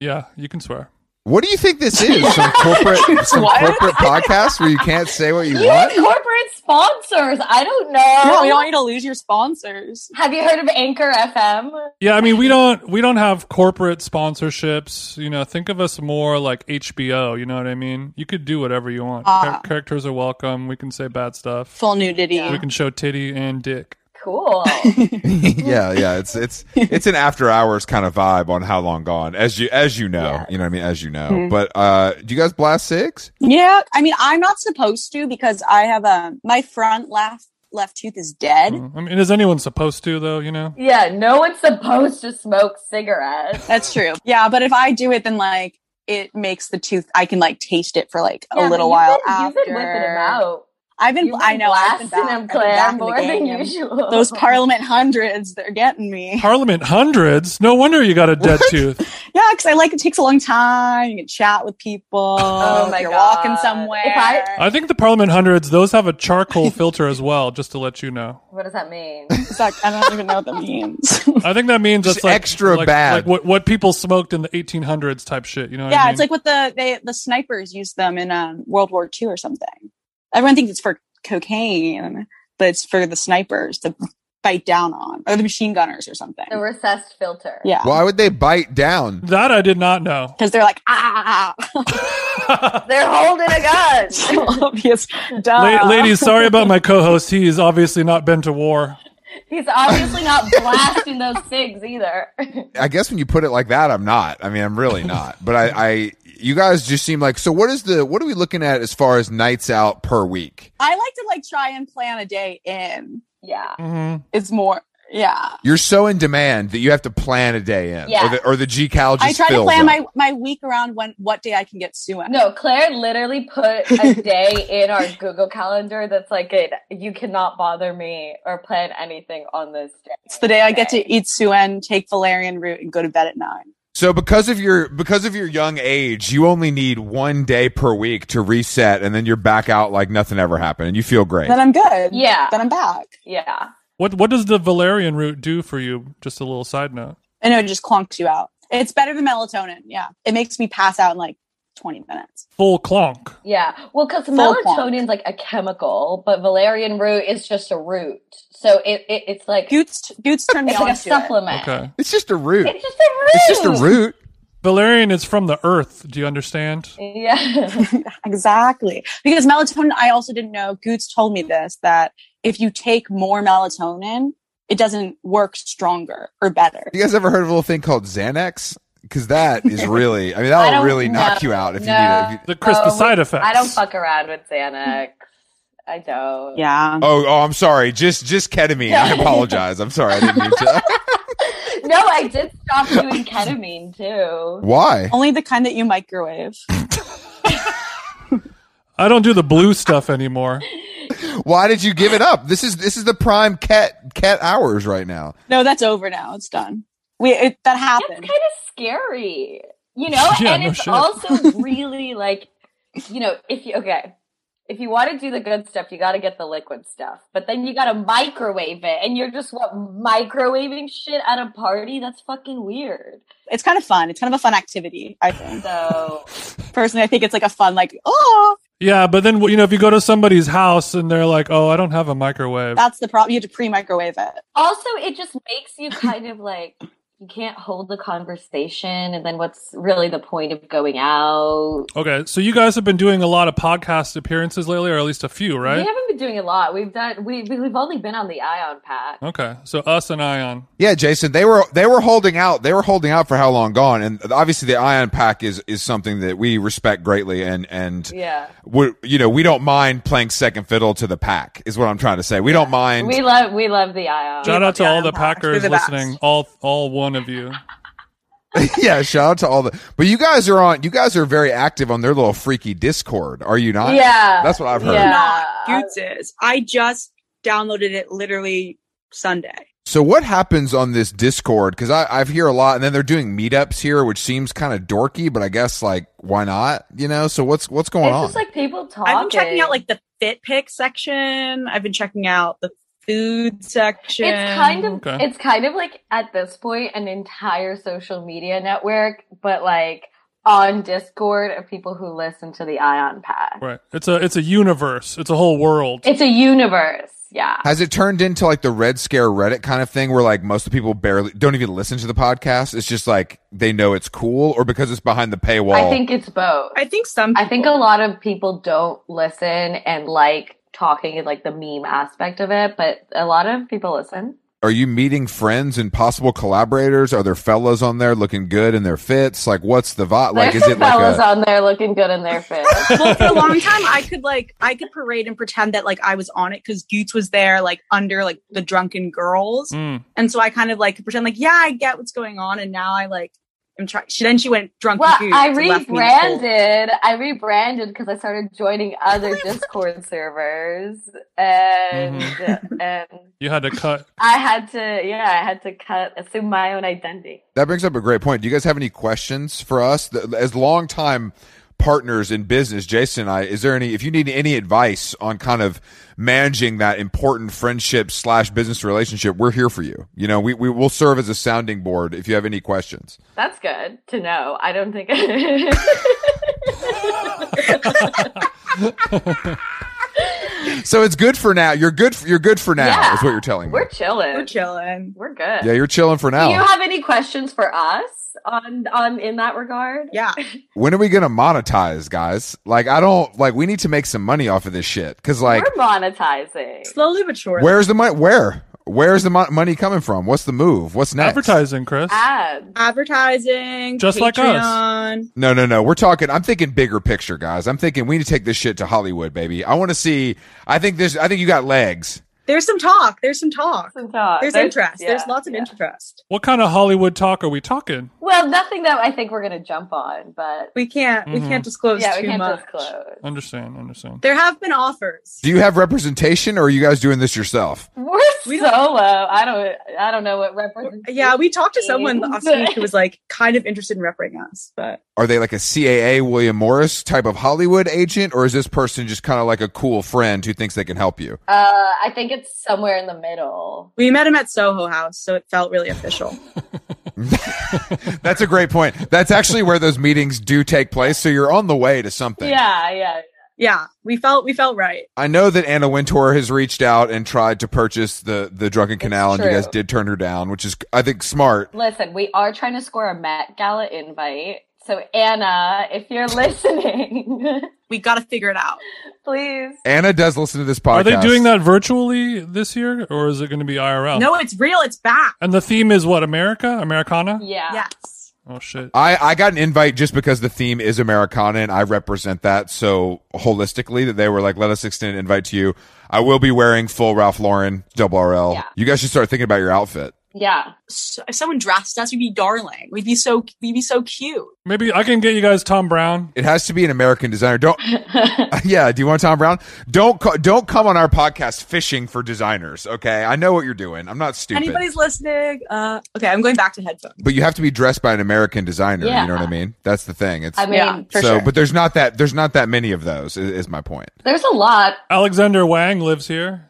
Speaker 2: Yeah, you can swear.
Speaker 1: What do you think this is? Some
Speaker 2: (laughs)
Speaker 1: corporate some
Speaker 4: What?
Speaker 1: corporate podcast where you can't say what you
Speaker 3: You
Speaker 1: want?
Speaker 3: have corporate sponsors. I don't know.
Speaker 4: Yeah, we don't need to lose your sponsors.
Speaker 3: Have you heard of Anchor FM?
Speaker 2: Yeah, I mean we don't we don't have corporate sponsorships. You know, think of us more like HBO. You know what I mean? You could do whatever you want. Char-
Speaker 4: Ah.
Speaker 2: characters are welcome. We can say bad stuff.
Speaker 4: Full nudity.
Speaker 2: We can show titty and dick.
Speaker 3: Cool.
Speaker 1: (laughs) yeah, yeah.
Speaker 4: (laughs)
Speaker 1: It's it's it's an after hours kind of vibe on how long gone. As you as you know. You know what I mean? As you know.
Speaker 4: Mm-hmm.
Speaker 1: But uh do you guys blast six?
Speaker 4: Yeah, I mean, I'm not supposed to because I have um my front left left tooth is dead.
Speaker 2: Mm. I mean, is anyone supposed to though? You know?
Speaker 3: yeah, no one's supposed to smoke cigarettes.
Speaker 4: That's true. Yeah, but if I do it, then like it makes the tooth. I can like taste it for like
Speaker 3: Yeah,
Speaker 4: a
Speaker 3: but
Speaker 4: little
Speaker 3: you've
Speaker 4: while
Speaker 3: been- You've been whipping
Speaker 4: after.
Speaker 3: them out.
Speaker 4: I've been.
Speaker 3: You've been
Speaker 4: I know. I've
Speaker 3: blasting
Speaker 4: been back,
Speaker 3: them,
Speaker 4: I've been back
Speaker 3: Claire,
Speaker 4: in the
Speaker 3: more than
Speaker 4: game.
Speaker 3: usual. (laughs)
Speaker 4: (laughs) Those Parliament hundreds, they're getting me.
Speaker 2: Parliament hundreds. No wonder you got a dead tooth.
Speaker 4: Yeah, because I like it takes a long time. You can chat with people.
Speaker 3: Oh my
Speaker 4: You're walking
Speaker 3: God.
Speaker 4: somewhere.
Speaker 3: If I-
Speaker 2: I think the Parliament hundreds. Those have a charcoal filter as well. Just to let you know.
Speaker 3: What does that
Speaker 4: (laughs)
Speaker 3: mean?
Speaker 4: It's like, I don't even know what that means.
Speaker 2: I think that means
Speaker 1: Just
Speaker 2: it's like
Speaker 1: extra
Speaker 2: like,
Speaker 1: bad.
Speaker 2: like what what people smoked in the 1800s type shit. You know? What I
Speaker 4: yeah,
Speaker 2: mean?
Speaker 4: it's like what the they the snipers used them in um, World War II or something. Everyone thinks it's for cocaine, but it's for the snipers to bite down on, or the machine gunners or something.
Speaker 3: the recessed filter.
Speaker 4: Yeah,
Speaker 1: Why would they bite down?
Speaker 2: that. I did not know.
Speaker 4: because they're like ah,
Speaker 3: They're holding a gun.
Speaker 4: so (laughs) obvious. Duh.
Speaker 2: La- ladies, sorry about my co-host. He's obviously not been to war.
Speaker 3: (laughs) He's obviously not blasting those cigs either. (laughs)
Speaker 1: I guess when you put it like that, I'm not. I mean, I'm really
Speaker 4: (laughs)
Speaker 1: not. But I, I, you guys just seem like. So what is the? What are we looking at as far as nights out per week?
Speaker 4: I like to like try and plan a day in.
Speaker 3: yeah.
Speaker 2: Mhm.
Speaker 4: It's more, yeah.
Speaker 1: You're so in demand that you have to plan a day in, or
Speaker 3: Yeah.
Speaker 1: the, or the GCal just
Speaker 4: I try to
Speaker 1: fills
Speaker 4: plan
Speaker 1: up.
Speaker 4: my my week around when what day I can get Sue in.
Speaker 3: No, Claire literally put
Speaker 4: (laughs)
Speaker 3: a day in our Google Calendar that's like, it, you cannot bother me or plan anything on this day.
Speaker 4: It's the day I get to eat Suen, take valerian root, and go to bed at nine.
Speaker 1: So because of your because of your young age, you only need one day per week to reset, and then you're back out like nothing ever happened, and you feel great.
Speaker 4: Then I'm good.
Speaker 3: Yeah.
Speaker 4: Then I'm back.
Speaker 3: Yeah.
Speaker 2: What what does the valerian root do for you? Just a little side note.
Speaker 4: I know it just clunks you out. It's better than melatonin. Yeah. It makes me pass out in like 20 minutes.
Speaker 2: Full clonk.
Speaker 3: Yeah. Well, because
Speaker 4: Full clock.
Speaker 3: melatonin's like a chemical, but valerian root is just a root. So it, it it's like,
Speaker 4: Goots, Goots turned me
Speaker 3: it's
Speaker 4: on
Speaker 3: like a
Speaker 4: to it.
Speaker 3: supplement.
Speaker 2: Okay.
Speaker 1: It's just a root.
Speaker 3: It's just a root.
Speaker 1: It's just a root.
Speaker 2: Valerian is from the earth. Do you understand?
Speaker 3: Yeah.
Speaker 4: Exactly. Because melatonin, I also didn't know, Goots told me this, that if you take more melatonin, it doesn't work stronger or better.
Speaker 1: You guys ever heard of a little thing called Xanax? Because that
Speaker 3: (laughs)
Speaker 1: is really. I mean,
Speaker 3: I
Speaker 1: that'll
Speaker 3: don't
Speaker 1: really knock
Speaker 3: know.
Speaker 1: you out if you
Speaker 3: No.
Speaker 1: need it. If you,
Speaker 2: The Chris, the
Speaker 3: Oh,
Speaker 2: side effects.
Speaker 3: I don't fuck around with Xanax. I don't.
Speaker 4: Yeah.
Speaker 1: Oh, oh, I'm sorry. Just, just
Speaker 3: (laughs)
Speaker 1: ketamine. I apologize. I'm sorry. I didn't mean to.
Speaker 3: No, I did stop doing ketamine too.
Speaker 1: (laughs) Why?
Speaker 4: Only the kind that you microwave.
Speaker 2: I don't do the blue stuff anymore. (laughs)
Speaker 1: Why did you give it up? This is this is the prime cat cat hours right now.
Speaker 4: No, that's over now. It's done. We it, that
Speaker 3: That's kind
Speaker 4: happened.
Speaker 3: of scary, you know.
Speaker 2: Yeah,
Speaker 3: and
Speaker 2: no
Speaker 3: it's
Speaker 2: shit.
Speaker 3: also really like, you know, if you okay, if you want to do the good stuff, you got to get the liquid stuff, but then you got to microwave it, and you're just what microwaving shit at a party. That's fucking weird.
Speaker 4: It's kind of fun. It's kind of a fun activity. I think
Speaker 3: So
Speaker 4: personally, I think it's like a fun like oh
Speaker 2: Yeah, but then you know if you go to somebody's house and they're like, "Oh, I don't have a microwave."
Speaker 4: that's the problem. You have to pre microwave it.
Speaker 3: also, it just makes you kind of like you can't hold the conversation and then what's really the point of going out
Speaker 2: Okay, so you guys have been doing a lot of podcast appearances lately, or at least a few,
Speaker 3: we
Speaker 2: right?
Speaker 3: haven't been doing a lot we've done we, we- we've only been on the ion pack
Speaker 2: Okay, so us and Ion.
Speaker 1: Yeah, Jason, they were they were holding out. They were holding out for how long gone, and obviously the Ion Pack is is something that we respect greatly, and and
Speaker 3: yeah
Speaker 1: we you know we don't mind playing second fiddle to the pack is what I'm trying to say. We don't mind. (laughs)
Speaker 3: we love we love the ion
Speaker 2: Shout out to
Speaker 4: Yeah,
Speaker 2: all the
Speaker 4: I'm back.
Speaker 2: Packers
Speaker 4: They're the best.
Speaker 2: listening, all all one of you.
Speaker 1: yeah, shout out to all the. But you guys are on. You guys are very active on their little freaky Discord. Are you not?
Speaker 3: yeah
Speaker 1: that's what I've heard.
Speaker 3: yeah. Uh,
Speaker 4: Not Goots is. I just downloaded it literally Sunday.
Speaker 1: So what happens on this Discord? Because I I've hear a lot, and then they're doing meetups here, which seems kind of dorky, but I guess like why not? You know. So what's what's going
Speaker 3: it's
Speaker 1: on?
Speaker 3: just like people talking
Speaker 4: I've been checking out like the fit pick section. I've been checking out the food section.
Speaker 3: it's kind of
Speaker 2: Okay.
Speaker 3: it's kind of like at this point an entire social media network but like on discord of people who listen to the ion pack
Speaker 2: Right. It's a it's a universe. It's a whole world.
Speaker 3: it's a universe yeah
Speaker 1: Has it turned into like the Red Scare Reddit kind of thing where like most of the people barely don't even listen to the podcast? It's just like they know it's cool or because it's behind the paywall.
Speaker 3: i think it's both
Speaker 4: I think some.
Speaker 3: I think a
Speaker 4: people-
Speaker 3: lot of people don't listen and like talking and like the meme aspect of it, but a lot of people listen.
Speaker 1: Are you meeting friends and possible collaborators? Are there fellas on there looking good in their fits? Like what's the vibe? Like
Speaker 3: There's
Speaker 1: is it
Speaker 3: some fellas
Speaker 1: like a,
Speaker 3: on there looking good in their
Speaker 4: (laughs)
Speaker 3: fit. (laughs)
Speaker 4: well, for a long time, I could like I could parade and pretend that like I was on it because Goots was there, like under like the drunken girls,
Speaker 2: Mm.
Speaker 4: and so I kind of like could pretend like yeah, I get what's going on, and now I like am trying. She then she went drunk.
Speaker 3: well,
Speaker 4: Goots
Speaker 3: I
Speaker 4: and left me in the cold.
Speaker 3: rebranded. I rebranded because I started joining
Speaker 4: (laughs)
Speaker 3: other Discord servers, and (laughs)
Speaker 4: Mm-hmm.
Speaker 3: and
Speaker 2: You had to cut.
Speaker 3: I had to yeah, I had to cut assume my own identity.
Speaker 1: That brings up a great point. Do you guys have any questions for us? Th- As longtime partners in business, Jason and I, is there any, if you need any advice on kind of managing that important friendship slash business relationship, we're here for you. You know, we, we will serve as a sounding board if you have any questions.
Speaker 3: That's good to know. I don't think. (laughs)
Speaker 1: So it's good for now. You're good. For, you're good for now
Speaker 3: Yeah.
Speaker 1: is what you're telling me.
Speaker 3: We're chilling.
Speaker 4: We're chilling.
Speaker 3: We're good.
Speaker 1: yeah. You're chilling for
Speaker 3: Do you
Speaker 1: now.
Speaker 3: have any questions for us on on in that regard?
Speaker 4: Yeah,
Speaker 1: when are we going to monetize guys? Like, I don't like, we need to make some money off of this shit. Cause like,
Speaker 3: We're monetizing.
Speaker 4: (laughs) slowly but surely.
Speaker 1: where's the money? Where? Where's the mon- money coming from? What's the move? What's next?
Speaker 2: Advertising, Chris.
Speaker 4: Ah.
Speaker 3: Ads.
Speaker 4: advertising,
Speaker 2: Just like us.
Speaker 4: Patreon.
Speaker 1: No, no, no. We're talking. I'm thinking bigger picture, guys. I'm thinking we need to take this shit to Hollywood, baby. I want to see. I think this. I think you got legs.
Speaker 4: There's some talk. There's some talk.
Speaker 3: Some talk.
Speaker 4: There's, interest. There's
Speaker 3: yeah,
Speaker 4: lots of
Speaker 3: yeah.
Speaker 4: interest.
Speaker 2: What kind of Hollywood talk are we talking?
Speaker 3: Well, nothing that I think we're gonna jump on, but
Speaker 4: We can't. We
Speaker 2: Mm-hmm.
Speaker 4: can't disclose
Speaker 3: yeah,
Speaker 4: too
Speaker 3: we can't
Speaker 4: much.
Speaker 3: disclose.
Speaker 2: Understand, understand.
Speaker 4: There have been offers.
Speaker 1: Do you have representation, or are you guys doing this yourself?
Speaker 3: We're
Speaker 4: We don't-
Speaker 3: solo. I don't. I don't know what represents.
Speaker 4: Yeah, we talked to someone
Speaker 3: Thanks.
Speaker 4: last week who was like kind of interested in repping us, but
Speaker 1: Are they like a CAA William Morris type of Hollywood agent, or is this person just kind of like a cool friend who thinks they can help
Speaker 2: (laughs)
Speaker 1: you?
Speaker 3: Uh, I think it's somewhere in the middle.
Speaker 4: we met him at Soho House, so it felt really official.
Speaker 1: That's a great point. That's actually where those meetings do take place. So you're on the way to something.
Speaker 3: Yeah, yeah.
Speaker 4: yeah, we felt we felt right.
Speaker 1: I know that Anna Wintour has reached out and tried to purchase the the Drunken Canal, and you
Speaker 3: true.
Speaker 1: guys did turn her down, which is I think smart.
Speaker 3: Listen, we are trying to score a Met Gala invite. So Anna, if you're (laughs) listening, (laughs)
Speaker 4: We got to figure it out.
Speaker 3: please.
Speaker 1: Anna does listen to this podcast.
Speaker 2: Are they doing that virtually this year, or is it going to be IRL?
Speaker 4: No, it's real. It's back.
Speaker 2: And the theme is what? America? Americana?
Speaker 3: Yeah.
Speaker 4: Yes.
Speaker 2: Oh shit.
Speaker 1: I, I got an invite just because the theme is Americana and I represent that so holistically that they were like, let us extend an invite to you. I will be wearing full Ralph Lauren, double RL.
Speaker 3: Yeah.
Speaker 1: You guys should start thinking about your outfit.
Speaker 3: Yeah.
Speaker 4: So, if someone dressed us, we'd be darling. We'd be so we'd be so cute.
Speaker 2: Maybe I can get you guys Tom Brown.
Speaker 1: It has to be an American designer.
Speaker 3: (laughs)
Speaker 1: Don't, (laughs) yeah. Do you want Tom Brown? Don't, co- don't come on our podcast fishing for designers. Okay. I know what you're doing. I'm not stupid,
Speaker 4: Anybody's listening? Uh, okay, I'm going back to headphones.
Speaker 1: but you have to be dressed by an American designer.
Speaker 3: Yeah.
Speaker 1: You know what I mean? That's the thing. It's,
Speaker 3: I mean,
Speaker 4: Yeah.
Speaker 3: for
Speaker 1: so,
Speaker 3: sure.
Speaker 1: but there's not that, there's not that many of those is, is my point.
Speaker 3: There's a lot.
Speaker 2: Alexander Wang lives here.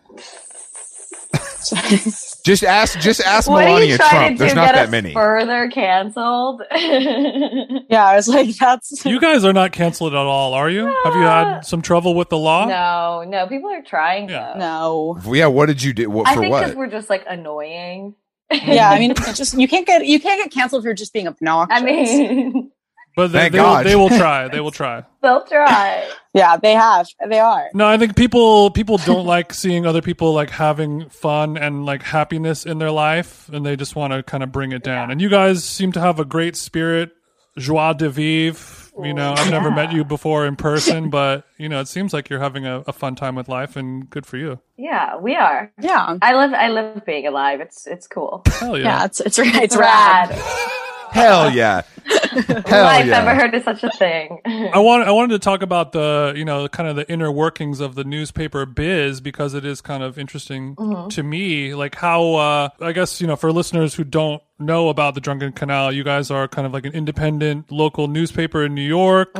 Speaker 1: Just ask, just ask
Speaker 3: what are
Speaker 1: Melania
Speaker 3: you trying
Speaker 1: Trump.
Speaker 3: to do?
Speaker 1: There's not
Speaker 3: get
Speaker 1: that
Speaker 3: us
Speaker 1: many.
Speaker 3: further canceled? (laughs)
Speaker 4: yeah, I was like, that's
Speaker 2: You guys are not canceled at all, are you? Have you had some trouble with the law?
Speaker 3: no, no. People are trying
Speaker 2: Yeah.
Speaker 3: though. (laughs)
Speaker 4: no.
Speaker 1: Yeah, what did you do? What
Speaker 3: I
Speaker 1: for
Speaker 3: think
Speaker 1: what?
Speaker 3: because we're just like annoying.
Speaker 4: yeah, I mean, it's just you can't get you can't get canceled for just being obnoxious.
Speaker 3: I mean, (laughs)
Speaker 2: But they,
Speaker 1: Thank
Speaker 2: they, will,
Speaker 1: God. (laughs)
Speaker 2: they will try. They will try.
Speaker 3: they'll try.
Speaker 4: yeah, they have, they are.
Speaker 2: No, I think people people don't like seeing other people like having fun and like happiness in their life, and they just want to kind of bring it down. And you guys seem to have a great spirit, joie de vivre. You know, I've never met you before in person, but you know, it seems like you're having a, a fun time with life, and good for you.
Speaker 3: Yeah, we are.
Speaker 4: Yeah,
Speaker 3: I love I love being alive. It's it's cool.
Speaker 2: Hell yeah!
Speaker 4: yeah, it's it's it's rad.
Speaker 1: Hell
Speaker 3: (laughs)
Speaker 1: yeah. Hell
Speaker 3: I've never
Speaker 1: yeah.
Speaker 3: heard of such a thing. (laughs)
Speaker 2: I want I wanted to talk about the you know kind of the inner workings of the newspaper biz because it is kind of interesting to me like how uh, I guess you know for listeners who don't know about the Drunken Canal you guys are kind of like an independent local newspaper in New York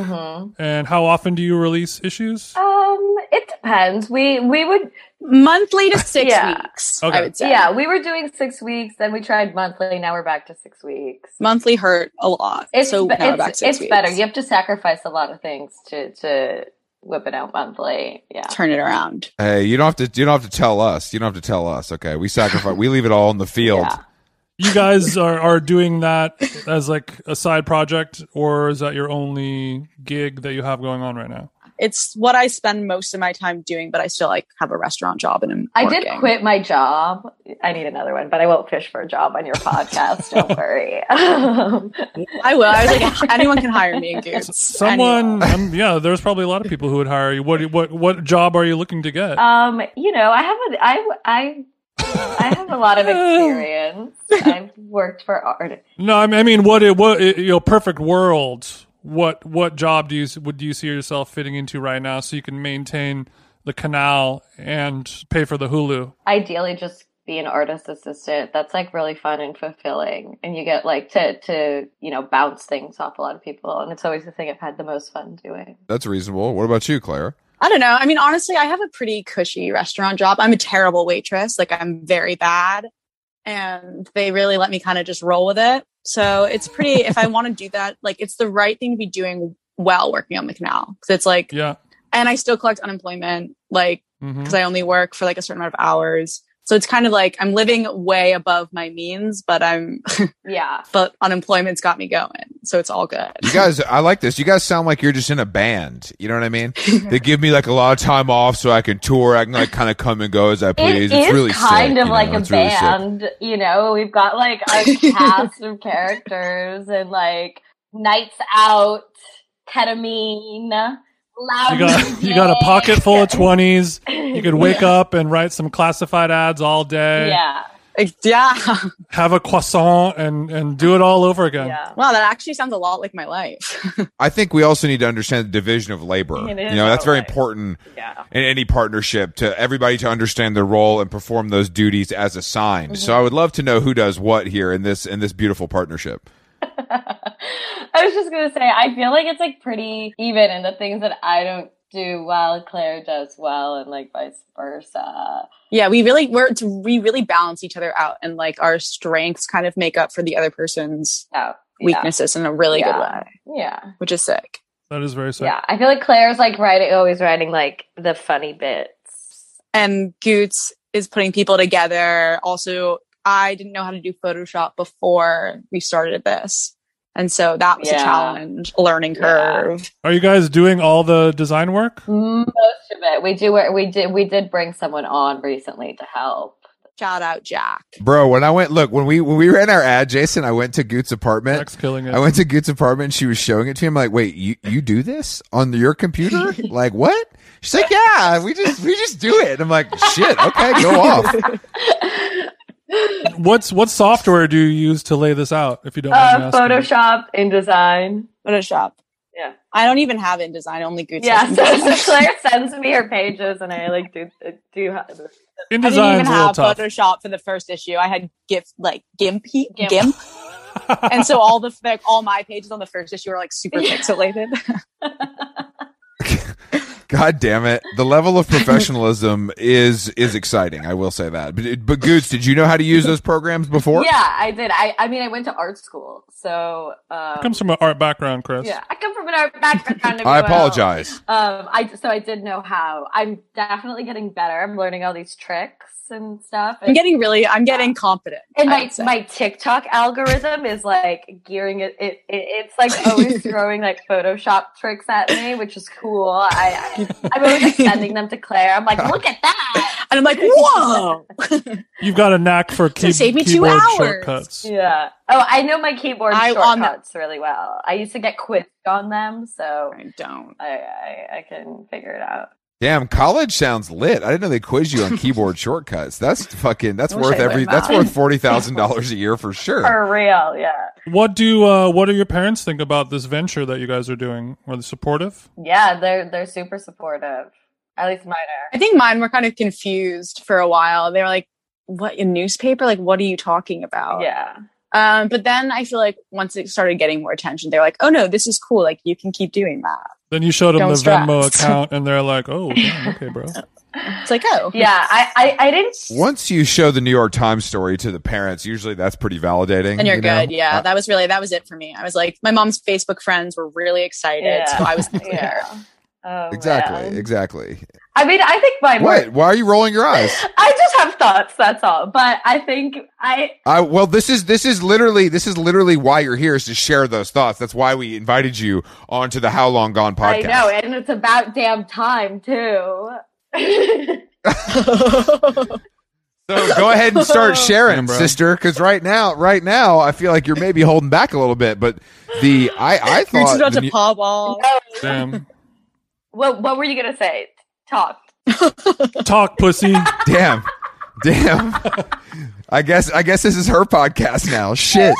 Speaker 2: and how often do you release issues?
Speaker 3: Um, it depends. We we would
Speaker 4: Monthly to six
Speaker 3: Yeah.
Speaker 4: weeks,
Speaker 2: Okay.
Speaker 4: I would say.
Speaker 3: yeah, we were doing six weeks, then we tried monthly, now we're back to six weeks.
Speaker 4: monthly hurt a lot.
Speaker 3: It's
Speaker 4: so
Speaker 3: be-
Speaker 4: now we're
Speaker 3: it's,
Speaker 4: back six
Speaker 3: it's
Speaker 4: weeks.
Speaker 3: better. You have to sacrifice a lot of things to to whip it out monthly. Yeah.
Speaker 4: turn it around.
Speaker 1: Hey, you don't have to you don't have to tell us. You don't have to tell us. Okay. We sacrifice we leave it all in the field.
Speaker 3: Yeah.
Speaker 2: You guys are, are doing that as like a side project or is that your only gig that you have going on right now?
Speaker 4: It's what I spend most of my time doing, but I still like have a restaurant job and I'm
Speaker 3: I did
Speaker 4: working.
Speaker 3: quit my job. I need another one, but I won't fish for a job on your podcast.
Speaker 4: (laughs)
Speaker 3: Don't worry. Um,
Speaker 4: I will. I
Speaker 3: (laughs)
Speaker 4: was like, anyone can hire me in Goots.
Speaker 2: Someone
Speaker 4: Anyone.
Speaker 2: um, yeah, there's probably a lot of people who would hire you. What what what job are you looking to get?
Speaker 3: um, you know, I have a I I I have a lot of
Speaker 4: (laughs)
Speaker 3: experience. I've worked for art.
Speaker 2: No, I mean, I mean, what it, what it, you know, perfect world. What what job do you would you see yourself fitting into right now, so you can maintain the canal and pay for the Hulu?
Speaker 3: Ideally, just be an artist assistant. That's like really fun and fulfilling, and you get like to to you know bounce things off a lot of people, and it's always the thing I've had the most fun doing.
Speaker 1: That's reasonable. What about you, Clara?
Speaker 4: I don't know. I mean, honestly, I have a pretty cushy restaurant job. I'm a terrible waitress. Like, I'm very bad. And they really let me kind of just roll with it. So it's pretty, if I want to do that, like, it's the right thing to be doing while working on the canal. Cause it's like,
Speaker 2: Yeah.
Speaker 4: and I still collect unemployment. Like,
Speaker 2: hmm
Speaker 4: because I only work for like a certain amount of hours. So it's kind of like I'm living way above my means, but I'm
Speaker 3: Yeah,
Speaker 4: but unemployment's got me going. So it's all good.
Speaker 1: You guys, I like this. You guys sound like you're just in a band. You know what I
Speaker 3: (laughs)
Speaker 1: mean? They give me like a lot of time off so I can tour. I can like kind of come and go as I
Speaker 3: It
Speaker 1: please.
Speaker 3: is
Speaker 1: it's really
Speaker 3: kind
Speaker 1: sick,
Speaker 3: of
Speaker 1: you
Speaker 3: like
Speaker 1: know,
Speaker 3: a
Speaker 1: it's really sick.
Speaker 3: band, you know. We've got like a
Speaker 1: (laughs)
Speaker 3: cast of characters and like nights out, ketamine, loud.
Speaker 2: You got you got a pocket full of twenties. You could
Speaker 3: (laughs)
Speaker 2: wake up eh? and write some classified ads all day.
Speaker 3: Yeah,
Speaker 4: Like, yeah. (laughs)
Speaker 2: Have a croissant and and do it all over again.
Speaker 3: yeah.
Speaker 4: Wow, that actually sounds a lot like my life.
Speaker 1: I think we also need to understand the division of labor. You
Speaker 3: It is
Speaker 1: know, that's very
Speaker 3: our life.
Speaker 1: important
Speaker 3: Yeah. (laughs)
Speaker 1: in any partnership to everybody to understand their role and perform those duties as assigned. So I would love to know who does what here in this in this beautiful partnership.
Speaker 3: I was just gonna say, I feel like it's like pretty even in the things that I don't do well, Claire does well, and like vice versa.
Speaker 4: yeah, we really we're it's, we really balance each other out and like our strengths kind of make up for the other person's
Speaker 3: So yeah.
Speaker 4: weaknesses in a really
Speaker 3: Yeah.
Speaker 4: good way,
Speaker 3: yeah.
Speaker 4: which is sick.
Speaker 2: That is very sick.
Speaker 3: Yeah, I feel like Claire's like writing, always writing like the funny bits.
Speaker 4: And Goots is putting people together. Also, I didn't know how to do Photoshop before we started this. And so that was a
Speaker 3: Yeah.
Speaker 4: challenge, a learning
Speaker 3: Yeah.
Speaker 4: curve.
Speaker 2: Are you guys doing all the design work?
Speaker 3: Most of it, we do. We did. We did bring someone on recently to help.
Speaker 4: Shout out Jack.
Speaker 1: Bro, when I went look, when we when we ran our ad, Jason, I went to Goot's apartment.
Speaker 2: Jack's killing it.
Speaker 1: I went to Goot's apartment and she was showing it to me. I'm like, wait, you, you do this on your computer? like what? She's like, yeah, we just we just do it. I'm like, shit, okay, go off.
Speaker 2: What's what software do you use to lay this out? If you don't mind me
Speaker 3: Uh,
Speaker 2: asking?
Speaker 3: Photoshop, InDesign.
Speaker 4: Photoshop.
Speaker 3: Yeah.
Speaker 4: I don't even have InDesign, only Goots.
Speaker 3: Yeah.
Speaker 4: has
Speaker 3: So, (laughs)
Speaker 4: InDesign.
Speaker 3: so Claire sends me her pages, and I like do do.
Speaker 4: I didn't even
Speaker 2: InDesign's a little
Speaker 4: have
Speaker 2: tough.
Speaker 4: Photoshop for the first issue. I had GIF like Gimpy Gimp. and so all the like all my pages on the first issue are like super
Speaker 3: Yeah.
Speaker 4: pixelated.
Speaker 1: God damn it! The level of professionalism is is exciting. I will say that. But, but Goots, did you know how to use those programs before?
Speaker 3: Yeah, I did. I, I mean, I went to art school, so um,
Speaker 2: Comes from an art background, Chris.
Speaker 3: yeah, I come from an art background. if
Speaker 1: I
Speaker 3: you will.
Speaker 1: apologize.
Speaker 3: Um, I so I did know how. I'm definitely getting better. I'm learning all these tricks and stuff.
Speaker 4: I'm
Speaker 3: And,
Speaker 4: getting really, I'm getting confident.
Speaker 3: and
Speaker 4: I
Speaker 3: my
Speaker 4: would say.
Speaker 3: my TikTok algorithm is like gearing it. it, it it's like always throwing like Photoshop tricks at me, which is cool. I, I I'm always like sending them to Claire. I'm like, look at that.
Speaker 4: and I'm like, whoa.
Speaker 2: You've got a knack for key-
Speaker 4: save me two
Speaker 2: keyboard
Speaker 4: hours.
Speaker 2: shortcuts.
Speaker 3: Yeah. Oh, I know my keyboard
Speaker 4: I- on the-
Speaker 3: shortcuts really well. I used to get quizzed on them, so
Speaker 4: I don't.
Speaker 3: I, I I can figure it out.
Speaker 1: Damn, college sounds lit. I didn't know they quiz you on
Speaker 4: (laughs)
Speaker 1: keyboard shortcuts. That's fucking. That's
Speaker 4: Wish
Speaker 1: worth
Speaker 4: I
Speaker 1: every.
Speaker 4: learned
Speaker 1: That's
Speaker 4: that.
Speaker 1: worth forty thousand dollars a year for sure.
Speaker 3: For real, yeah.
Speaker 2: What do uh, what do your parents think about this venture that you guys are doing? Are they supportive?
Speaker 3: Yeah, they're they're super supportive. At least mine are.
Speaker 4: I think mine were kind of confused for a while. They were like, what, a newspaper? Like, what are you talking about?
Speaker 3: Yeah.
Speaker 4: Um, but then I feel like once it started getting more attention, they're like, oh no, this is cool. Like, you can keep doing that.
Speaker 2: Then you showed them
Speaker 4: Don't
Speaker 2: the Venmo
Speaker 4: stress.
Speaker 2: account, and they're like, "Oh, damn, okay,
Speaker 4: (laughs)
Speaker 2: bro."
Speaker 4: It's like, oh.
Speaker 3: Yeah, I, I, I didn't
Speaker 1: Once you show the New York Times story to the parents, usually that's pretty validating.
Speaker 4: And you're
Speaker 1: you know?
Speaker 4: good. Yeah.
Speaker 1: Uh,
Speaker 4: that was really, that was it for me. I was like, my mom's Facebook friends were really excited. So I was (laughs) clear.
Speaker 3: (laughs) Oh,
Speaker 1: exactly.
Speaker 3: man.
Speaker 1: Exactly.
Speaker 3: I mean, I think my
Speaker 1: What? Why are you rolling your eyes?
Speaker 4: (laughs)
Speaker 3: I just have thoughts. That's all. But I think I
Speaker 1: I well, this is this is literally this is literally why you're here is to share those thoughts. That's why we invited you onto the How Long Gone podcast.
Speaker 3: I know, and it's about damn time
Speaker 4: (laughs)
Speaker 3: too.
Speaker 1: So go ahead and start sharing,
Speaker 2: Damn, bro.
Speaker 1: sister, because right now, right now, I feel like you're maybe holding back a little bit. But the I I
Speaker 4: You're just
Speaker 1: thought
Speaker 4: about
Speaker 1: the
Speaker 4: to
Speaker 1: new-
Speaker 4: paw ball.
Speaker 2: Damn,
Speaker 3: what what were you gonna say? Talk.
Speaker 2: talk, pussy.
Speaker 1: damn damn. I guess I guess this is her podcast now. Shit.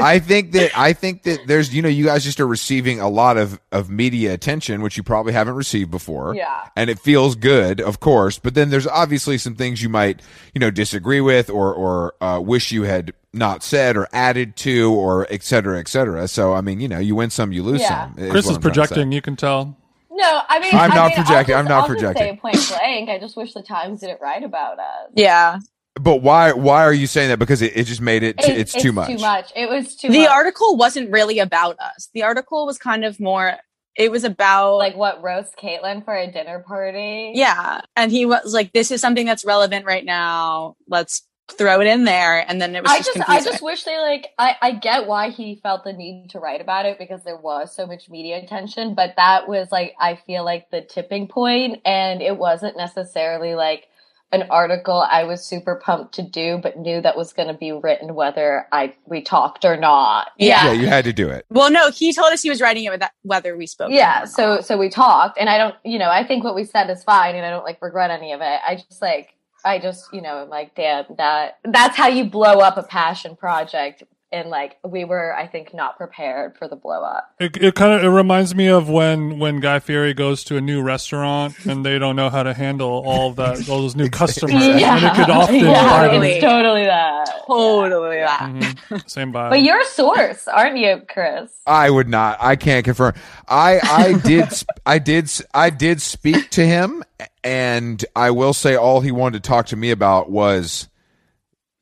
Speaker 1: I think that I think that there's you know you guys just are receiving a lot of of media attention which you probably haven't received before.
Speaker 3: Yeah.
Speaker 1: and it feels good, of course. But then there's obviously some things you might, you know, disagree with or or uh, wish you had not said or added to or et cetera, et cetera. So I mean, you know, you win some, you lose
Speaker 3: Yeah.
Speaker 1: some.
Speaker 2: Chris
Speaker 1: what
Speaker 2: is
Speaker 1: I'm trying to say.
Speaker 2: projecting. You can tell.
Speaker 3: No, I mean
Speaker 1: I'm not
Speaker 3: I mean, I'll
Speaker 1: projecting.
Speaker 3: just-
Speaker 1: I'm not
Speaker 3: I'll just
Speaker 1: projecting.
Speaker 3: say point blank. I just wish the Times didn't write about us.
Speaker 4: Yeah.
Speaker 1: But why why are you saying that? Because it, it just made it. T-
Speaker 3: It-
Speaker 1: it's, too much.
Speaker 3: Too much. It was too.
Speaker 4: The
Speaker 3: much.
Speaker 4: article wasn't really about us. The article was kind of more, it was about
Speaker 3: like what roast Caitlyn for a dinner party.
Speaker 4: Yeah. And he was like, this is something that's relevant right now. Let's throw it in there. And then it was
Speaker 3: I
Speaker 4: just,
Speaker 3: just, I
Speaker 4: confusing.
Speaker 3: just wish they like. I, I get why he felt the need to write about it because there was so much media attention, but that was like, I feel like the tipping point, and it wasn't necessarily like an article I was super pumped to do, but knew that was going to be written whether I we talked or not.
Speaker 4: Yeah.
Speaker 1: Yeah, you had to do it.
Speaker 4: Well, no, he told us he was writing it with that, whether we spoke.
Speaker 3: yeah
Speaker 4: or not.
Speaker 3: so so we talked and i don't you know i think what we said is fine and i don't like regret any of it i just like i just you know am like damn that that's how you blow up a passion project and like we were i think not prepared for the blow up
Speaker 2: It, it kind of it reminds me of when when Guy Fieri goes to a new restaurant and they don't know how to handle all that all those
Speaker 1: (laughs)
Speaker 2: new customers. And it could often
Speaker 3: (laughs) yeah,
Speaker 2: drive
Speaker 3: it's
Speaker 4: Totally.
Speaker 3: totally that
Speaker 4: totally
Speaker 1: Mm-hmm.
Speaker 4: that.
Speaker 2: them- Mm-hmm. same vibe.
Speaker 3: but you're a source aren't you chris
Speaker 1: I would not. I can't confirm. I I did
Speaker 4: (laughs)
Speaker 1: sp- I did s- I did speak to him, and I will say all he wanted to talk to me about was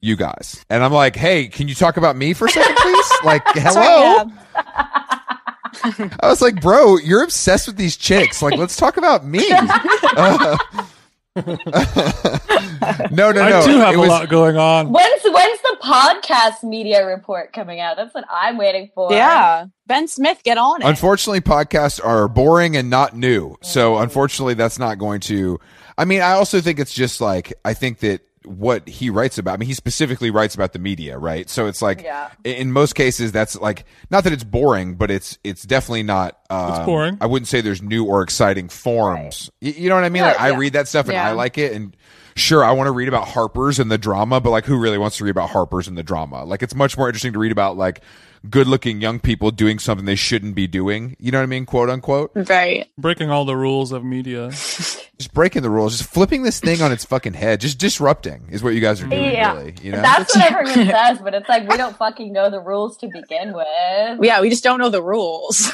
Speaker 1: you guys. And I'm like, hey, can you talk about me for a second,
Speaker 4: (laughs)
Speaker 1: please? like, hello.
Speaker 4: Sorry, yeah.
Speaker 1: I was like, bro, you're obsessed with these chicks. Like, let's talk about
Speaker 4: (laughs)
Speaker 1: me. (laughs) Uh, no, no, no.
Speaker 2: I do have
Speaker 1: It
Speaker 2: a
Speaker 1: was-
Speaker 2: lot going on.
Speaker 3: when's when's the podcast media report coming out that's what i'm waiting for
Speaker 4: yeah. Ben Smith, get on it.
Speaker 1: Unfortunately, podcasts are boring and not new. So, unfortunately, that's not going to. I mean, I also think it's just like, I think that what he writes about, I mean, he specifically writes about the media, right? So it's like,
Speaker 3: Yeah.
Speaker 1: i- in most cases, that's like, not that it's boring, but it's, it's definitely not, um,
Speaker 2: boring.
Speaker 1: I wouldn't say there's new or exciting forms. Y- You, know what I mean? Like, I read that stuff and
Speaker 4: Yeah.
Speaker 1: I like it. And sure, I want to read about Harper's and the drama, but like, who really wants to read about Harper's and the drama? Like, it's much more interesting to read about like good looking young people doing something they shouldn't be doing. You know what I mean? Quote
Speaker 4: Mm.
Speaker 1: unquote.
Speaker 4: right.
Speaker 2: Breaking all the rules of media.
Speaker 1: Just breaking the rules, just flipping this thing on its fucking head, just disrupting is what you guys are doing,
Speaker 3: Yeah.
Speaker 1: really. You know? (laughs)
Speaker 3: that's what everyone says, but it's like we don't fucking know the rules to begin with.
Speaker 4: Yeah. We just don't know the rules.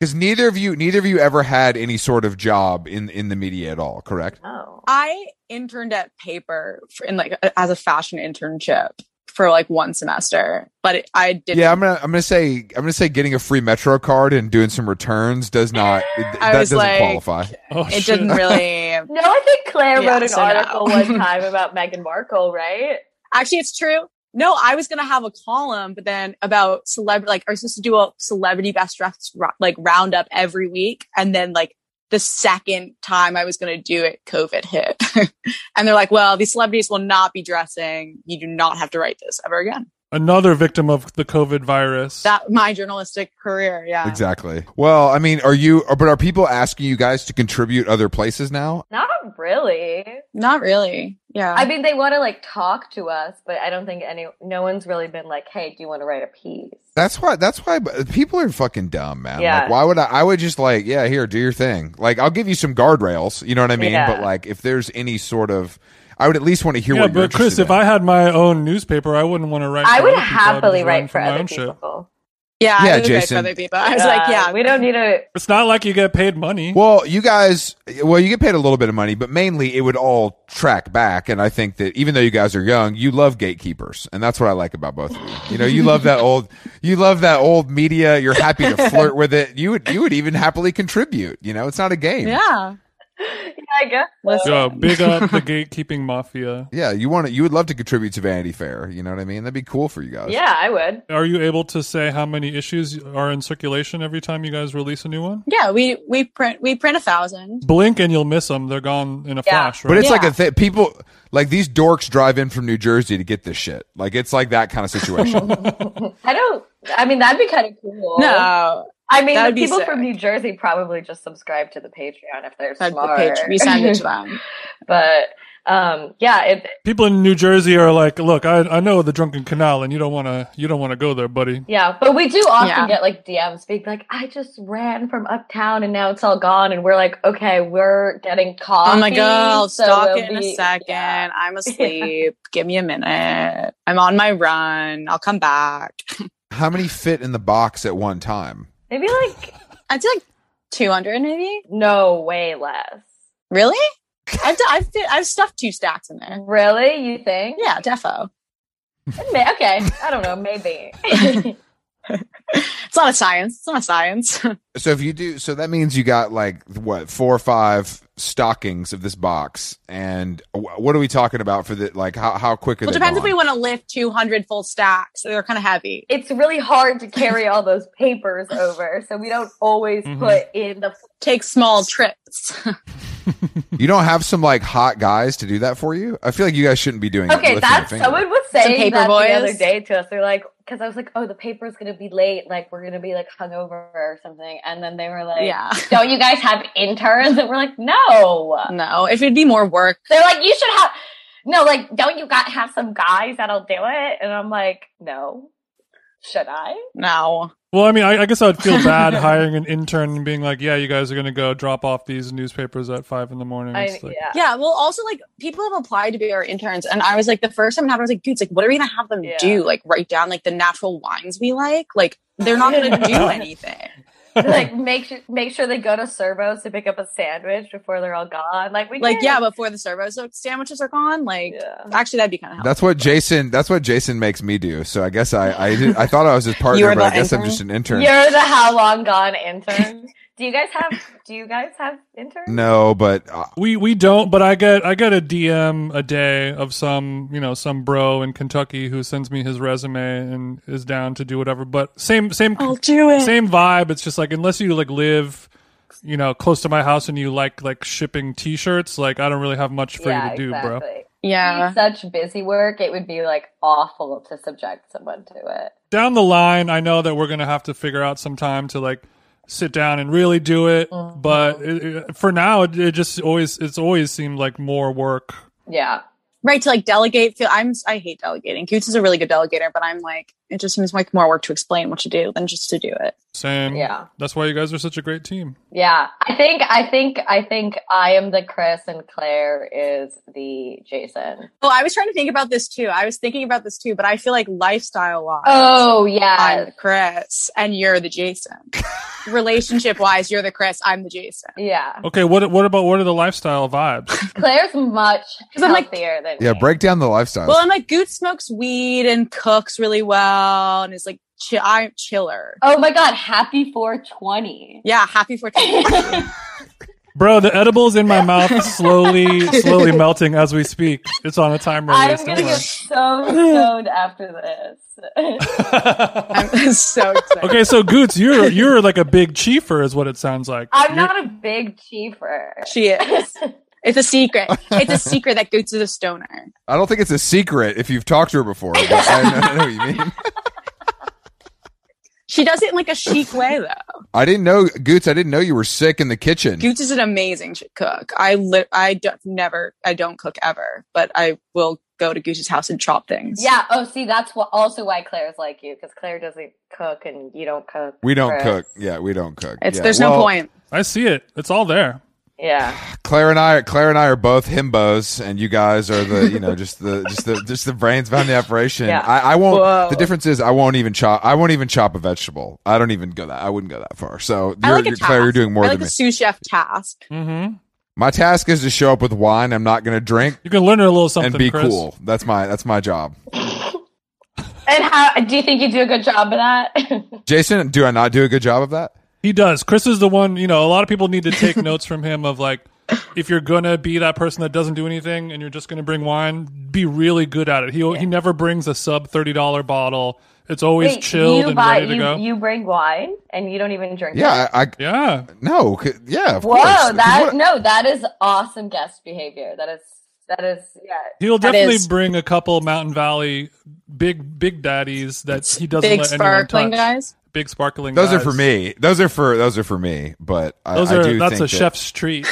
Speaker 1: Because neither of you, neither of you ever had any sort of job in in the media at all, correct?
Speaker 3: Oh.
Speaker 4: I interned at Paper for, in like a- as a fashion internship for like one semester, but it, I didn't.
Speaker 1: Yeah, I'm gonna I'm gonna say I'm gonna say getting a free Metro card and doing some returns does
Speaker 4: (laughs)
Speaker 1: not it- that
Speaker 4: was
Speaker 1: doesn't
Speaker 4: like-
Speaker 1: qualify.
Speaker 2: Oh,
Speaker 4: it
Speaker 2: shit. (laughs)
Speaker 4: didn't really.
Speaker 3: No, I think Claire
Speaker 4: Yeah,
Speaker 3: wrote an
Speaker 4: so no.
Speaker 3: article
Speaker 4: (laughs)
Speaker 3: one time about Meghan Markle, right?
Speaker 4: Actually, it's true. No, I was gonna have a column, but then about celebrity, like, I was supposed to do a celebrity best dressed ro- like roundup every week, and then like the second time I was gonna do it, COVID hit, (laughs) and they're like, "Well, these celebrities will not be dressing. You do not have to write this ever again."
Speaker 2: Another victim of the COVID virus.
Speaker 4: That my journalistic career, yeah,
Speaker 1: Exactly. Well, I mean, are you? But are people asking you guys to contribute other places now?
Speaker 3: Not really.
Speaker 4: not really, yeah.
Speaker 3: I mean, they want to like talk to us, but I don't think any no one's really been like, "Hey, do you want to write a piece?"
Speaker 1: That's why. That's why people are fucking dumb, man.
Speaker 3: Yeah.
Speaker 1: Like, why would I? I would just like, yeah, here, do your thing. Like, I'll give you some guardrails. You know what I mean?
Speaker 3: Yeah.
Speaker 1: But like, if there's any sort of, I would at least want to hear
Speaker 2: yeah,
Speaker 1: what you're
Speaker 2: but Chris,
Speaker 1: interested
Speaker 2: if
Speaker 1: in.
Speaker 2: I had my own newspaper, I wouldn't want to write.
Speaker 3: I
Speaker 2: for
Speaker 3: would
Speaker 2: other people. I'd
Speaker 3: happily
Speaker 2: just
Speaker 3: write for
Speaker 2: my
Speaker 3: other
Speaker 2: own shit.
Speaker 3: people.
Speaker 4: Yeah,
Speaker 1: Yeah,
Speaker 4: I was great
Speaker 1: Jason.
Speaker 4: for other people. I was like, yeah,
Speaker 3: we don't need a.
Speaker 2: It's not like you get paid money.
Speaker 1: Well, you guys, well, you get paid a little bit of money, but mainly it would all track back. And I think that even though you guys are young, you love gatekeepers, and that's what I like about both of you. You know, you love that old, you love that old media. You're happy to flirt with it. You would, you would even happily contribute. You know, it's not a game.
Speaker 4: yeah.
Speaker 3: Yeah, I guess.
Speaker 4: Listen,
Speaker 2: Yo, big up the gatekeeping mafia.
Speaker 1: Yeah, you want to, you would love to contribute to Vanity Fair. You know what I mean? That'd be cool for you guys.
Speaker 3: Yeah, I would.
Speaker 2: Are you able to say how many issues are in circulation every time you guys release a new one?
Speaker 4: yeah, we we print we print a thousand.
Speaker 2: Blink and you'll miss them. They're gone in a
Speaker 3: Yeah.
Speaker 2: flash. Right?
Speaker 1: But it's like
Speaker 4: Yeah.
Speaker 1: a thing. People like these dorks drive in from New Jersey to get this shit. Like it's like that kind of
Speaker 4: (laughs)
Speaker 1: situation.
Speaker 3: I don't. I mean, that'd be kind of cool.
Speaker 4: No,
Speaker 3: I mean,
Speaker 4: that'd
Speaker 3: the
Speaker 4: be
Speaker 3: people
Speaker 4: sick.
Speaker 3: from New Jersey probably just subscribe to the Patreon if they're
Speaker 4: that's the
Speaker 3: smart.
Speaker 4: page we
Speaker 3: (laughs)
Speaker 4: send it to them.
Speaker 3: but um, yeah, it,
Speaker 2: (laughs) People in New Jersey are like, "Look, I, I know the Drunken Canal, and you don't want to you don't want to go there, buddy."
Speaker 3: Yeah, but we do often
Speaker 4: Yeah.
Speaker 3: get like DMs being like, "I just ran from uptown and now it's all gone," and we're like, "Okay, we're getting coffee."
Speaker 4: Oh my god,
Speaker 3: so
Speaker 4: stop
Speaker 3: we'll
Speaker 4: it in
Speaker 3: be-
Speaker 4: a second.
Speaker 3: Yeah.
Speaker 4: (laughs) I'm asleep. Give me a minute. I'm on my run. I'll come back.
Speaker 1: How many fit in the box at one time?
Speaker 3: Maybe like
Speaker 4: I'd say like 200 maybe.
Speaker 3: no way less.
Speaker 4: Really? I've d- I've fit, I've stuffed two stacks in there.
Speaker 3: Really, you think?
Speaker 4: Yeah, defo.
Speaker 3: Ma- Okay, I don't know.
Speaker 4: (laughs)
Speaker 3: Maybe.
Speaker 4: It's not a science. It's not a science. (laughs)
Speaker 1: So if you do, so that means you got like what four or five stockings of this box, and wh- what are we talking about for the like how how quick are
Speaker 4: well,
Speaker 1: they?
Speaker 4: depends if
Speaker 1: gone?
Speaker 4: we want to lift 200 full stacks. They're kind of heavy.
Speaker 3: it's really hard to carry all those papers over, so we don't always
Speaker 2: Mhm.
Speaker 3: put in the.
Speaker 4: Take small trips. (laughs)
Speaker 1: You don't have some like hot guys to do that for you. I feel like you guys shouldn't be doing. that,
Speaker 3: Okay,
Speaker 1: lifting your
Speaker 3: that's
Speaker 1: finger.
Speaker 3: someone was saying
Speaker 4: paper
Speaker 3: that the
Speaker 4: boys.
Speaker 3: other day to us. They're like, because I was like, oh, the paper's gonna be late. Like we're gonna be like hungover or something, and then they were like,
Speaker 4: yeah.
Speaker 3: don't you guys have interns? And we're like, no.
Speaker 4: No, if it'd be more work,
Speaker 3: They're like, you should have. No, like, don't you got have some guys that'll do it? And I'm like, no. Should I?
Speaker 4: no.
Speaker 2: Well, I mean, I, I guess I'd feel
Speaker 3: (laughs)
Speaker 2: bad hiring an intern and being like, "Yeah, you guys are gonna go drop off these newspapers at five in the morning."
Speaker 3: I,
Speaker 2: It's like-
Speaker 3: yeah.
Speaker 2: (laughs)
Speaker 4: Yeah, well, also like people have applied to be our interns, and I was like, the first time it happened, I was like, dudes, like, what are we gonna have them
Speaker 3: Yeah.
Speaker 4: do? Like, write down like the natural wines we like. Like, they're not gonna do (laughs) anything.
Speaker 3: like make sure make sure they go to servos to pick up a sandwich before they're all gone. Like we
Speaker 4: Like,
Speaker 3: can't-
Speaker 4: yeah, before the servos so sandwiches are gone. Like,
Speaker 3: Yeah.
Speaker 4: actually, that'd be kind of helpful.
Speaker 1: That's what Jason. That's what Jason makes me do. So I guess I I, did, I thought I was his partner,
Speaker 4: were
Speaker 1: but I
Speaker 4: the
Speaker 1: guess I'm
Speaker 4: intern?
Speaker 1: just an intern.
Speaker 3: You're the how long gone intern. do you guys have do you guys have
Speaker 2: Mm,
Speaker 3: interns?
Speaker 1: No, but uh,
Speaker 2: We we don't, but I get I get a DM a day of some you know some bro in Kentucky who sends me his resume and is down to do whatever. But same same
Speaker 3: Oh,
Speaker 4: I'll do it.
Speaker 2: same vibe. It's just like unless you like live, you know, close to my house and you like like shipping T-shirts, like I don't really have much for you to do, bro.
Speaker 4: Yeah.
Speaker 3: It's Such busy work, it would be like awful to subject someone to it.
Speaker 2: Down the line, I know that we're gonna have to figure out some time to like sit down and really do it.
Speaker 3: Uh-huh.
Speaker 2: But it, it- for now, it, it just always it's always seemed like more work.
Speaker 3: Yeah.
Speaker 4: Right to like delegate. Feel I'm. I hate delegating. Coots is a really good delegator, but I'm like, It just seems like more work to explain what to do than just to do it.
Speaker 2: Same.
Speaker 3: Yeah.
Speaker 2: That's why you guys are such a great team.
Speaker 3: Yeah, I think I think I think I am the Chris and Claire is the Jason.
Speaker 4: Well, I was trying to think about this too. I was thinking about this too, but I feel like lifestyle wise,
Speaker 3: Oh
Speaker 4: I'm
Speaker 3: yeah,
Speaker 4: the Chris and you're the Jason. Relationship wise, you're the Chris, I'm the Jason.
Speaker 3: yeah.
Speaker 2: Okay, what what about what are the lifestyle vibes?
Speaker 3: Claire's much
Speaker 4: 'Cause I'm like-
Speaker 3: healthier than
Speaker 1: Yeah,
Speaker 3: me.
Speaker 1: break down the lifestyle.
Speaker 4: Well, and like Goot smokes weed and cooks really well and is like, chi- I'm chiller.
Speaker 3: Oh my god, happy 420.
Speaker 4: Yeah, happy for
Speaker 2: Bro, the edibles in my
Speaker 3: (laughs)
Speaker 2: mouth slowly slowly melting as we speak. It's on a time
Speaker 3: I'm
Speaker 2: release.
Speaker 3: gonna get
Speaker 1: (laughs)
Speaker 3: so stoned after this. (laughs)
Speaker 4: I'm (laughs) so excited.
Speaker 2: okay, so Goots, you're you're like a big chiefer, is what it sounds like.
Speaker 3: I'm
Speaker 2: You're-
Speaker 3: not a big chiefer.
Speaker 4: She is. It's a secret. It's a secret that Goots is a stoner.
Speaker 1: I don't think it's a secret if you've talked to her before. But I, know, I know what you
Speaker 4: (laughs)
Speaker 1: mean.
Speaker 4: She does it in like a chic way though.
Speaker 1: I didn't know, Goots. I didn't know you were sick in the kitchen.
Speaker 4: Goots is an amazing ch- cook. I li- I don't, never I don't cook ever, but I will go to Goots' house and chop things.
Speaker 3: Yeah. Oh, see, that's what also why Claire's like you because Claire doesn't cook and you don't cook.
Speaker 1: We don't
Speaker 3: Chris.
Speaker 1: cook. Yeah, we don't cook.
Speaker 4: It's
Speaker 1: Yeah.
Speaker 4: there's
Speaker 1: Well,
Speaker 4: no point.
Speaker 2: I see it. It's all there.
Speaker 3: Yeah.
Speaker 1: Claire and I, Claire and I are both himbos, and you guys are the, you know, just the, just the, just the brains behind the operation.
Speaker 3: Yeah.
Speaker 1: I, I won't.
Speaker 4: Whoa.
Speaker 1: The difference is, I won't even chop. I won't even chop a vegetable. I don't even go that. I wouldn't go that far. So,
Speaker 4: I
Speaker 1: you're,
Speaker 4: like a
Speaker 1: you're,
Speaker 4: task.
Speaker 1: Claire, you're doing more
Speaker 4: I like
Speaker 1: than
Speaker 4: a
Speaker 1: me.
Speaker 4: sous chef task.
Speaker 2: Mm-hmm.
Speaker 1: My task is to show up with wine. I'm not going to drink
Speaker 2: You can learn a little something.
Speaker 1: and be
Speaker 2: Chris.
Speaker 1: cool. That's my, that's my job.
Speaker 3: And how do you think you do a good job of that? (laughs)
Speaker 1: Jason, do I not do a good job of that?
Speaker 2: He does. Chris is the one. You know, a lot of people need to
Speaker 4: (laughs)
Speaker 2: take notes from him of like, if you're gonna be that person that doesn't do anything and you're just gonna bring wine, be really good at it. He he never brings a sub thirty dollar bottle. It's always chilled
Speaker 3: you
Speaker 2: and
Speaker 3: buy
Speaker 2: ready to
Speaker 3: you,
Speaker 2: go.
Speaker 3: you bring wine and you don't even drink it.
Speaker 1: Yeah, I, I
Speaker 2: yeah.
Speaker 1: no, c- yeah. Of
Speaker 3: Whoa,
Speaker 1: course. 'Cause
Speaker 3: that
Speaker 1: what-
Speaker 3: no, that is awesome guest behavior. That is that is yeah.
Speaker 2: He'll
Speaker 4: That
Speaker 2: definitely
Speaker 4: is-
Speaker 2: bring a couple Mountain Valley big big daddies that he doesn't
Speaker 4: Big
Speaker 2: let anyone
Speaker 4: sparkling
Speaker 2: touch.
Speaker 4: guys.
Speaker 2: Big sparkling.
Speaker 1: Those are
Speaker 2: guys.
Speaker 1: for me. Those are for those are for me. But I,
Speaker 2: Those
Speaker 1: I
Speaker 2: are
Speaker 1: do
Speaker 2: that's a
Speaker 1: think that-
Speaker 2: chef's treat.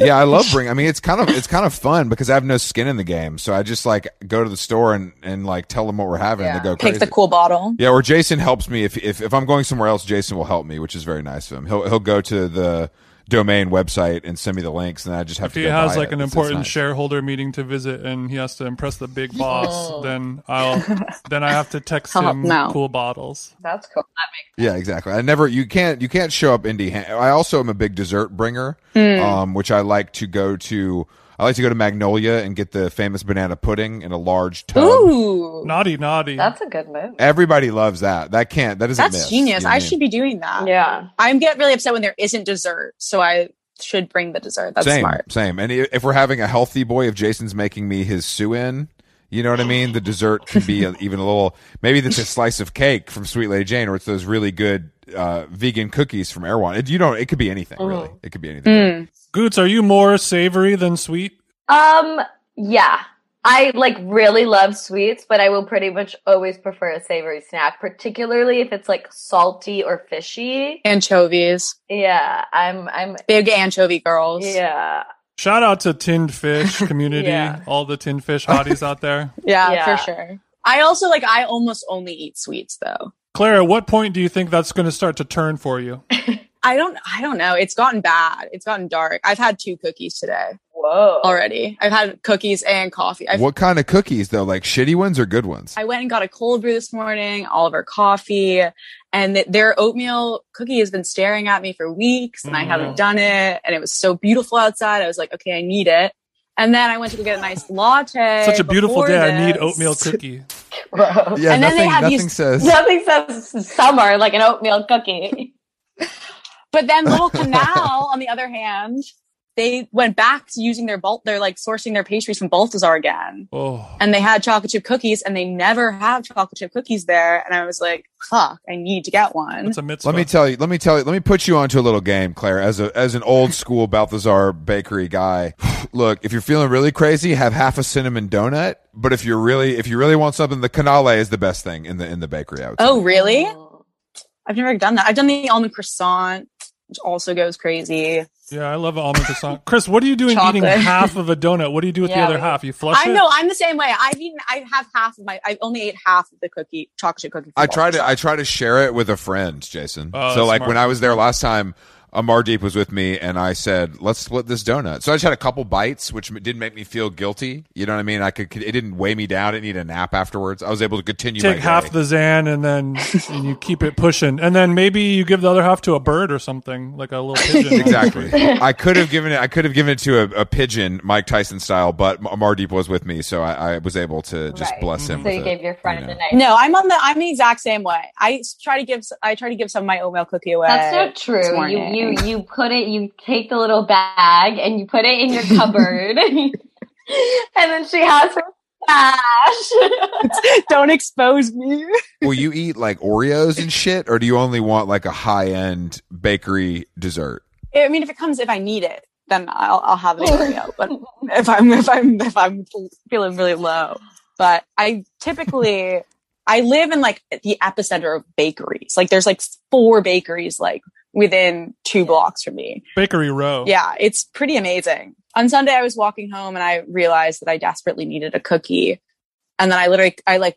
Speaker 1: yeah, I love bring. I mean, it's kind of it's kind of fun because I have no skin in the game, so I just like go to the store and and like tell them what we're having, and they go
Speaker 4: Pick
Speaker 1: crazy.
Speaker 4: the cool bottle.
Speaker 1: yeah, or Jason helps me if, if if I'm going somewhere else. Jason will help me, which is very nice of him. He'll he'll go to the domain website and send me the links, and I just have
Speaker 2: if
Speaker 1: to.
Speaker 2: he
Speaker 1: go
Speaker 2: has
Speaker 1: buy
Speaker 2: like
Speaker 1: it.
Speaker 2: an
Speaker 1: It's- it's
Speaker 2: important
Speaker 1: nice.
Speaker 2: shareholder meeting to visit and he has to impress the big boss, then
Speaker 4: (laughs)
Speaker 2: I'll then I have to text
Speaker 4: Help
Speaker 2: him
Speaker 4: him out.
Speaker 2: cool bottles.
Speaker 3: That's cool. That makes
Speaker 1: Yeah, exactly. I never you can't you can't show up indie. Ha- I also am a big dessert bringer, um, which I like to go to. I like to go to Magnolia and get the famous banana pudding in a large tub.
Speaker 4: Ooh.
Speaker 2: Naughty, naughty.
Speaker 3: that's a good move.
Speaker 1: Everybody loves that. That can't. That isn't.
Speaker 4: That's genius. I should be doing that.
Speaker 3: Yeah.
Speaker 4: I get really upset when there isn't dessert, so I should bring the dessert. That's
Speaker 1: same,
Speaker 4: smart.
Speaker 1: Same. And i- if we're having a healthy boy, if Jason's making me his sue in, you know what I mean. The dessert can
Speaker 4: (laughs)
Speaker 1: be a, even a little. Maybe it's a slice of cake from Sweet Lady Jane, or it's those really good uh, vegan cookies from Erewhon. It, you don't. It could be anything. Really,
Speaker 4: Mm-hmm.
Speaker 1: it could be
Speaker 4: Mm,
Speaker 1: anything.
Speaker 2: Goots, are you more savory than sweet?
Speaker 3: Um, yeah. I like really love sweets, but I will pretty much always prefer a savory snack, particularly if it's like salty or fishy.
Speaker 4: Anchovies.
Speaker 3: Yeah, I'm I'm
Speaker 4: Big anchovy girls.
Speaker 3: yeah.
Speaker 2: Shout out to tinned
Speaker 4: (laughs)
Speaker 2: fish community,
Speaker 3: Yeah.
Speaker 2: all the tinned fish hotties out there.
Speaker 4: Yeah,
Speaker 3: Yeah.
Speaker 4: for sure. I also like I almost only eat sweets though.
Speaker 2: Claire, at what point do you think that's going to start to turn for you?
Speaker 4: I don't I don't know. It's gotten bad. It's gotten dark. I've had two cookies today
Speaker 3: Whoa. (laughs)
Speaker 4: already. I've had cookies and coffee. I've,
Speaker 1: What kind of cookies though? Like shitty ones or good ones?
Speaker 4: I went and got a cold brew this morning, Oliver coffee, and th- their oatmeal cookie has been staring at me for weeks and I
Speaker 2: Mm.
Speaker 4: haven't done it. And it was so beautiful outside. I was like, okay, I need it. And then I went to go get a nice latte.
Speaker 2: Such a beautiful
Speaker 4: before
Speaker 2: day. I need
Speaker 4: this. (laughs)
Speaker 2: oatmeal cookie.
Speaker 3: Gross.
Speaker 1: yeah,
Speaker 4: and then
Speaker 1: nothing.
Speaker 4: they have
Speaker 1: nothing
Speaker 4: you- (laughs)
Speaker 1: says.
Speaker 3: Nothing says summer like an oatmeal cookie.
Speaker 2: (laughs)
Speaker 4: But then Little Canal, on the other hand, they went back to using their Balt. They're like sourcing their pastries from Baltazar again,
Speaker 2: Oh,
Speaker 4: and they had chocolate chip cookies, and they never have chocolate chip cookies there. And I was like, "Fuck, I need to get one."
Speaker 2: it's a mitzvah.
Speaker 1: Let me tell you. Let me tell you. Let me put you onto a little game, Claire. As a as an old school Balthazar bakery guy, look. If you're feeling really crazy, have half a cinnamon donut. But if you're really if you really want something, the canale is the best thing in the in the bakery. I would say.
Speaker 3: Mm.
Speaker 4: oh, really? I've never done that. I've done the almond croissant, also goes crazy.
Speaker 2: Yeah, I love almond croissant. Chris, what are you doing
Speaker 4: Chocolate.
Speaker 2: eating half of a donut? What do you do with the
Speaker 3: Yeah,
Speaker 2: other
Speaker 3: we-
Speaker 2: half? You flush
Speaker 4: I
Speaker 2: it?
Speaker 4: know I'm the same way. I've eaten. I have half of my. I only ate half of the cookie, chocolate chip cookie.
Speaker 1: I try to I try to share it with a friend, Jason.
Speaker 2: Oh,
Speaker 1: so like
Speaker 2: smart.
Speaker 1: when I was there last time, Amardeep was with me, and I said, "Let's split this donut." So I just had a couple bites, which m- did make me feel guilty. You know what I mean? I could it didn't weigh me down. I didn't need a nap afterwards. I was able to continue.
Speaker 2: Take
Speaker 1: my
Speaker 2: half
Speaker 1: day.
Speaker 2: the Xan and then and you keep it pushing. And then maybe you give the other half to a bird or something, like a little pigeon.
Speaker 1: exactly.
Speaker 3: (laughs)
Speaker 1: I could have given it. I could have given it to a, a pigeon, Mike Tyson style, but M- Amardeep was with me, so I, I was able to just
Speaker 3: Right. Mhm.
Speaker 1: bless him.
Speaker 3: So
Speaker 1: with
Speaker 3: you
Speaker 1: it,
Speaker 3: (laughs) gave your friend
Speaker 1: you know.
Speaker 3: a knife.
Speaker 4: No, I'm on the. I'm the exact same way. I s- try to give. s- I try to give some of my oatmeal cookie away.
Speaker 3: That's not true. You
Speaker 4: morning.
Speaker 3: you you put it. You take the little bag and you put it in your (laughs) cupboard, and then she has her stash. (laughs)
Speaker 4: (laughs) Don't expose me.
Speaker 1: Will you eat like Oreos and shit, or do you only want like a high end bakery dessert?
Speaker 4: I mean, if it comes, if I need it, then I'll, I'll have an Oreo. But if I'm if I'm if I'm feeling really low, but I typically I live in like the epicenter of bakeries. Like there's like four bakeries like within two blocks from me.
Speaker 2: Bakery Row.
Speaker 4: Yeah, it's pretty amazing. On Sunday, I was walking home and I realized that I desperately needed a cookie, and then I literally I like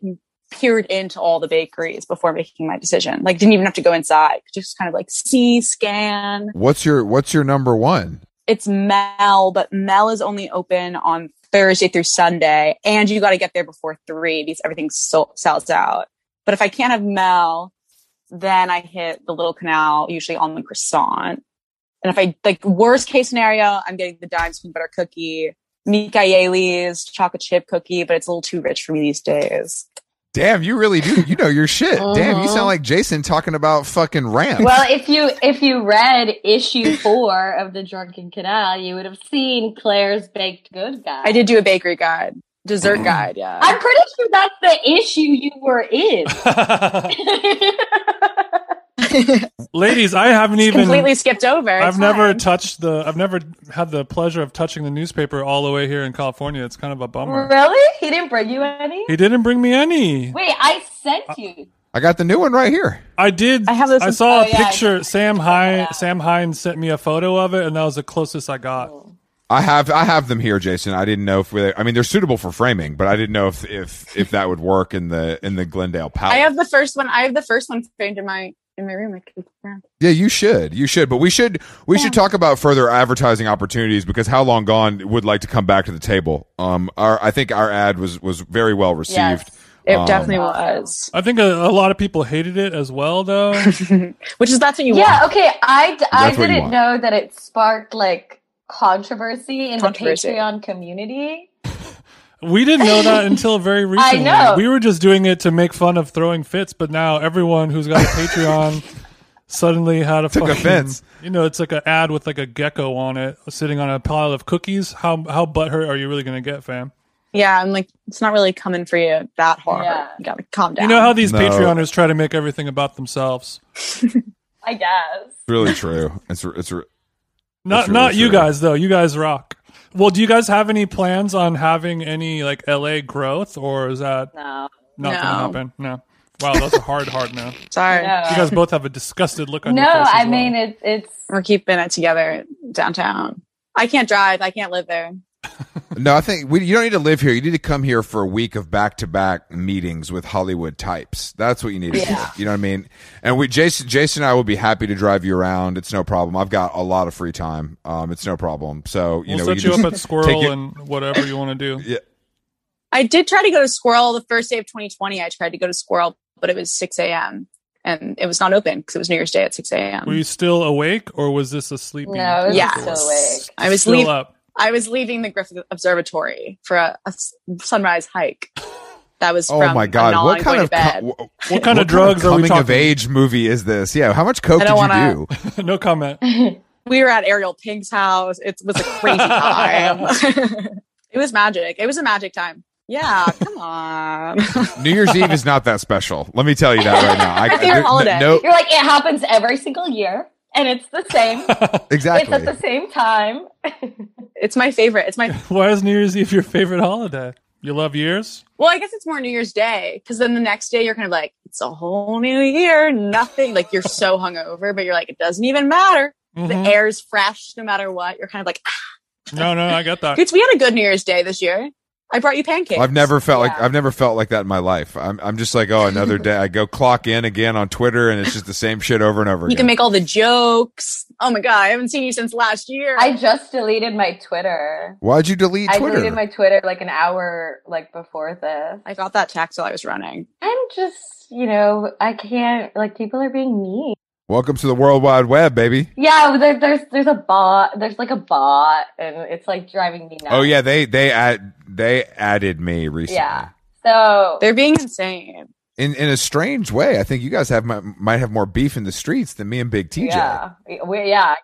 Speaker 4: peered into all the bakeries before making my decision. Like didn't even have to go inside. Just kind of like see scan
Speaker 1: What's your What's your number one?
Speaker 4: it's Mel, but Mel is only open on Thursday through Sunday, and you got to get there before three because everything so- sells out. But if I can't have Mel, then I hit the Little Canal, usually on the croissant. And if I like worst case scenario, I'm getting the Dimes peanut butter cookie, Mikaeli's chocolate chip cookie, but it's a little too rich for me these days.
Speaker 1: Damn, you really do. You know your
Speaker 3: (laughs)
Speaker 1: shit. Damn, you
Speaker 3: Uh-huh.
Speaker 1: sound like Jason talking about fucking ramps.
Speaker 3: well, if you if you read issue four of the Drunken Canal, you would have seen Claire's baked good guy.
Speaker 4: I did do a bakery guide,
Speaker 2: Mm.
Speaker 4: dessert guide, yeah.
Speaker 3: I'm pretty sure that's the issue you were in.
Speaker 2: (laughs) Ladies, I haven't even
Speaker 4: completely skipped over.
Speaker 2: I've
Speaker 4: It's
Speaker 2: never
Speaker 4: fine.
Speaker 2: touched the I've never had the pleasure of touching the newspaper all the way here in California. It's kind of a bummer.
Speaker 3: (laughs) really? He didn't bring you any?
Speaker 2: He didn't bring me any.
Speaker 3: Wait, I sent you.
Speaker 1: I got the new one right here.
Speaker 2: I did.
Speaker 4: I have this-
Speaker 2: I saw
Speaker 3: oh,
Speaker 2: a
Speaker 3: yeah, I
Speaker 2: picture.
Speaker 3: just-
Speaker 2: Sam
Speaker 3: I just
Speaker 2: Hine.
Speaker 3: saw that.
Speaker 2: Sam Hine sent me a photo of it, and that was the closest I got.
Speaker 1: I have I have them here, Jason. I didn't know if we, I mean they're suitable for framing, but I didn't know if if if that would work in the in the Glendale palette.
Speaker 4: I have the first one. I have the first one framed in my in my room. I can yeah.
Speaker 1: yeah, you should, you should, but we should we should talk about further advertising opportunities because how long gone would like to come back to the table. Um, our I think our ad was was very well received.
Speaker 4: It
Speaker 1: Um,
Speaker 4: definitely (laughs) was.
Speaker 2: I think a, a lot of people hated it as well, though.
Speaker 4: Which is that's what you
Speaker 3: Yeah, okay. I, d- I
Speaker 1: That's what you want.
Speaker 3: didn't know that it sparked like controversy in
Speaker 4: Controversy.
Speaker 3: the Patreon community.
Speaker 2: we didn't know that until
Speaker 3: (laughs)
Speaker 2: very recently.
Speaker 3: know.
Speaker 2: We were just doing it to make fun of throwing fits, but now everyone who's
Speaker 3: (laughs)
Speaker 2: got a Patreon suddenly had a fucking.
Speaker 1: offense.
Speaker 2: You know, it's like an ad with like a gecko on it, sitting on a pile of cookies. How how butthurt are you really gonna get, fam?
Speaker 4: want. Yeah, I'm like it's not really coming for you that hard.
Speaker 3: Yeah.
Speaker 4: You gotta calm down.
Speaker 2: You know how these
Speaker 1: No.
Speaker 2: Patreoners try to make everything about themselves.
Speaker 3: I guess.
Speaker 1: It's really true. It's it's
Speaker 2: Not
Speaker 1: That's really
Speaker 2: not you
Speaker 1: true.
Speaker 2: guys though. You guys rock. Well, do you guys have any plans on having any like LA growth, or is that
Speaker 3: No.
Speaker 2: not
Speaker 4: No.
Speaker 2: gonna happen? No. Wow, that's a hard, hard no. You
Speaker 4: sorry.
Speaker 3: No. (laughs)
Speaker 2: guys both have a disgusted look on
Speaker 3: no,
Speaker 2: your face.
Speaker 3: I mean it's it's
Speaker 4: We're keeping it together downtown. I can't drive. I can't live there.
Speaker 1: No, I think we, you don't need to live here. You need to come here for a week of back to back meetings with Hollywood types. That's what you need to do. You know what I mean? And we, Jason, Jason and I will be happy to drive you around. It's no problem. I've got a lot of free time. Um, it's no problem. So, you
Speaker 2: we'll
Speaker 1: know,
Speaker 2: set
Speaker 1: we
Speaker 2: you
Speaker 1: can
Speaker 2: up at
Speaker 1: just
Speaker 2: Squirrel
Speaker 1: take it-
Speaker 2: and whatever you want to do.
Speaker 1: yeah.
Speaker 4: I did try to go to Squirrel the first day of 2020. I tried to go to Squirrel, but it was 6 a.m. and it was not open because it was New Year's Day at 6 a.m.
Speaker 2: Were you still awake, or was this a sleepy?
Speaker 3: no, it's
Speaker 4: Yes.
Speaker 3: still awake.
Speaker 4: I was
Speaker 2: still
Speaker 4: leaving.
Speaker 2: up.
Speaker 4: I was leaving the Griffith Observatory for a, a s- sunrise hike. That was
Speaker 1: Oh
Speaker 4: from
Speaker 1: my
Speaker 4: Anala
Speaker 1: God. What kind
Speaker 4: and going
Speaker 1: of,
Speaker 4: to
Speaker 1: co-
Speaker 4: bed.
Speaker 1: wh- what,
Speaker 2: What kind of drugs are we
Speaker 1: coming
Speaker 2: talking?
Speaker 1: of age movie is this? Yeah. How much coke
Speaker 4: I
Speaker 1: did you
Speaker 4: don't wanna-
Speaker 1: do?
Speaker 2: (laughs) no comment.
Speaker 4: we were at Ariel Pink's house. It was a crazy time. (laughs) it was magic. It was a magic time. Yeah, come on. (laughs)
Speaker 1: New Year's Eve is not that special. Let me tell you that right now. I,
Speaker 4: favorite
Speaker 1: there-
Speaker 4: holiday.
Speaker 1: No,
Speaker 3: You're like it happens every single year and it's the
Speaker 1: (laughs)
Speaker 3: same. it's
Speaker 1: exactly.
Speaker 3: at the same time.
Speaker 4: it's my favorite. It's my
Speaker 2: Why is New Year's Eve your favorite holiday? You love years.
Speaker 4: well, I guess it's more New Year's Day because then the next day you're kind of like, it's a whole new year, nothing. Like you're so hungover, but you're like, it doesn't even matter.
Speaker 2: Mhm.
Speaker 4: The air's fresh no matter what. You're kind of like, ah.
Speaker 2: No, no, I get that.
Speaker 4: Dude, we had a good New Year's Day this year. I brought you pancakes.
Speaker 1: I've never felt like
Speaker 3: Yeah.
Speaker 1: I've never felt like that in my life. I'm I'm just like, oh, another day. I go clock in again on Twitter, and it's just the same shit over and over
Speaker 4: You
Speaker 1: again.
Speaker 4: can make all the jokes. Oh my god, I haven't seen you since last year.
Speaker 3: I just deleted my Twitter.
Speaker 1: Why'd you delete
Speaker 3: I
Speaker 1: Twitter?
Speaker 3: deleted my Twitter like an hour like before this.
Speaker 4: I got that text while I was running.
Speaker 3: I'm just, you know, I can't like people are being mean.
Speaker 1: Welcome to the World Wide Web, baby.
Speaker 3: Yeah, there, there's there's a bot. There's like a bot, and it's like driving me nuts.
Speaker 1: Oh yeah, they they add they added me recently.
Speaker 3: yeah. So
Speaker 4: They're being insane.
Speaker 1: In in a strange way, I think you guys have my, might have more beef in the streets than me and Big TJ.
Speaker 3: yeah,
Speaker 4: eh?
Speaker 3: we, yeah. I guess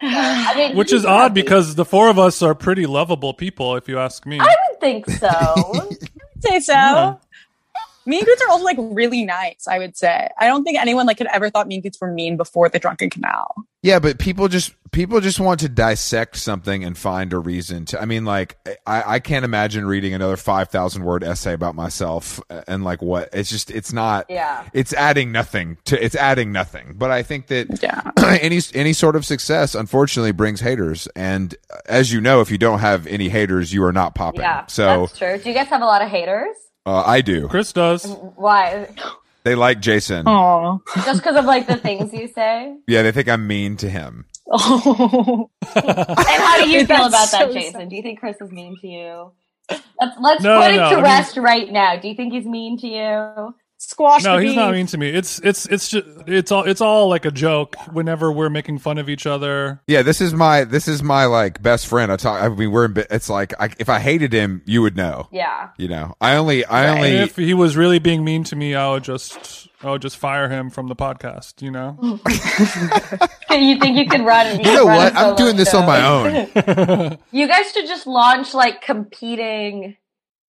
Speaker 3: so. I
Speaker 4: (laughs)
Speaker 3: mean,
Speaker 2: Which
Speaker 3: you
Speaker 2: is
Speaker 3: can
Speaker 2: odd
Speaker 3: have these.
Speaker 2: because the four of us are pretty lovable people, if you ask me.
Speaker 3: I would think so.
Speaker 4: Say so.
Speaker 2: Yeah.
Speaker 4: Mean Goods are also like really nice, I would say. I don't think anyone like had ever thought Mean Goods were mean before the Drunken Canal.
Speaker 1: Yeah, but people just people just want to dissect something and find a reason to. I mean, like I, I can't imagine reading another five thousand word essay about myself uh, and like what it's just it's not.
Speaker 3: yeah.
Speaker 1: It's adding nothing to it's adding nothing. But I think that
Speaker 4: Yeah.
Speaker 1: (clears throat) any any sort of success unfortunately brings haters, and uh, as you know, if you don't have any haters, you are not popping.
Speaker 3: Yeah,
Speaker 1: so
Speaker 3: that's true. Do you guys have a lot of haters?
Speaker 1: uh, I do.
Speaker 2: Chris does.
Speaker 3: Why?
Speaker 1: They like Jason.
Speaker 4: Oh.
Speaker 3: Just because of like the things you
Speaker 4: (laughs)
Speaker 3: say?
Speaker 1: Yeah, they think I'm mean to him.
Speaker 4: Oh.
Speaker 3: And how do you feel about
Speaker 4: That's
Speaker 3: that,
Speaker 4: so
Speaker 3: Jason?
Speaker 4: sad.
Speaker 3: Do you think Chris is mean to you? Let's, let's
Speaker 2: No, no,
Speaker 3: put it
Speaker 2: I
Speaker 3: to
Speaker 2: mean-
Speaker 3: rest right now. Do you think he's mean to you?
Speaker 4: (laughs) Squash
Speaker 2: No,
Speaker 4: the
Speaker 2: he's not
Speaker 4: beef.
Speaker 2: mean to me. It's it's it's just it's all it's all like a joke. Whenever we're making fun of each other,
Speaker 1: Yeah, this is my this is my like best friend. I talk. I mean, we're in. bi- It's like I, if I hated him, you would know.
Speaker 3: Yeah. (laughs)
Speaker 1: You know, I only I
Speaker 4: Right.
Speaker 1: only
Speaker 2: if he was really being mean to me, I would just I would just fire him from the podcast. You
Speaker 4: Mm.
Speaker 2: know,
Speaker 3: You think you can run? You,
Speaker 1: You
Speaker 4: (laughs)
Speaker 1: know what? I'm doing this on my own.
Speaker 3: You guys should just launch like competing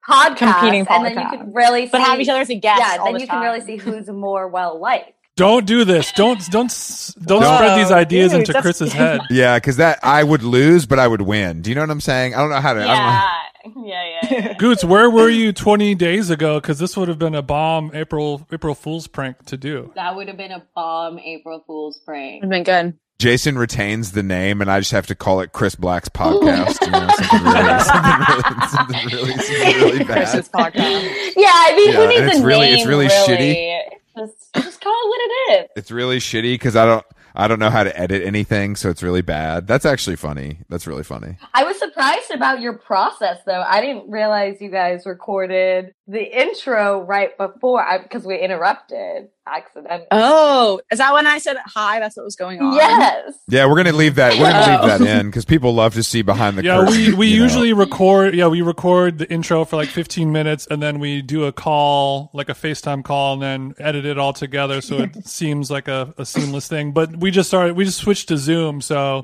Speaker 3: podcasts,
Speaker 4: Competing
Speaker 3: and then you
Speaker 4: podcasts.
Speaker 3: could really
Speaker 4: But
Speaker 3: see,
Speaker 4: have each other as a guest.
Speaker 3: Yeah,
Speaker 4: all
Speaker 3: then
Speaker 4: the
Speaker 3: you
Speaker 4: time.
Speaker 3: can really see who's more well
Speaker 1: (laughs)
Speaker 3: liked.
Speaker 2: don't do this. Don't don't s- don't
Speaker 4: Whoa,
Speaker 2: spread these ideas
Speaker 4: dude,
Speaker 2: into
Speaker 4: that's- (laughs)
Speaker 2: Chris's head.
Speaker 1: Yeah, because that I would lose, but I would win. Do you know what I'm saying? I don't know how to. I don't know.
Speaker 3: yeah, (laughs) yeah, yeah.
Speaker 2: Goots, where were you 20 days ago? Because this would have been a bomb April April Fool's prank to do.
Speaker 3: That would have been a bomb April Fool's prank.
Speaker 4: Would've been good.
Speaker 1: Jason retains the name, and I just have to call it Chris Black's podcast. you know, something
Speaker 4: (laughs)
Speaker 1: really, something really, something really, something really bad.
Speaker 4: Chris's podcast.
Speaker 3: Yeah, I mean,
Speaker 1: Yeah,
Speaker 3: who needs
Speaker 1: and it's
Speaker 3: a
Speaker 1: really-
Speaker 3: name?
Speaker 1: it's really shitty.
Speaker 3: Just, just call it what it is.
Speaker 1: It's really shitty because I don't I don't know how to edit anything, so it's really bad. That's actually funny. That's really funny.
Speaker 3: I was surprised about your process, though. I didn't realize you guys recorded the intro right before because we interrupted accidentally.
Speaker 4: Oh, is that when I said hi? That's what was going on.
Speaker 3: yes.
Speaker 1: Yeah, we're gonna leave that. We're gonna
Speaker 4: Oh.
Speaker 1: leave that in because people love to see behind the
Speaker 2: Yeah,
Speaker 1: curtain.
Speaker 2: we, we
Speaker 1: you know.
Speaker 2: usually record. Yeah, we record the intro for like 15 minutes, and then we do a call, like a FaceTime call, and then edit it all together so it seems like a, a seamless thing. But we just started. We just switched to Zoom, so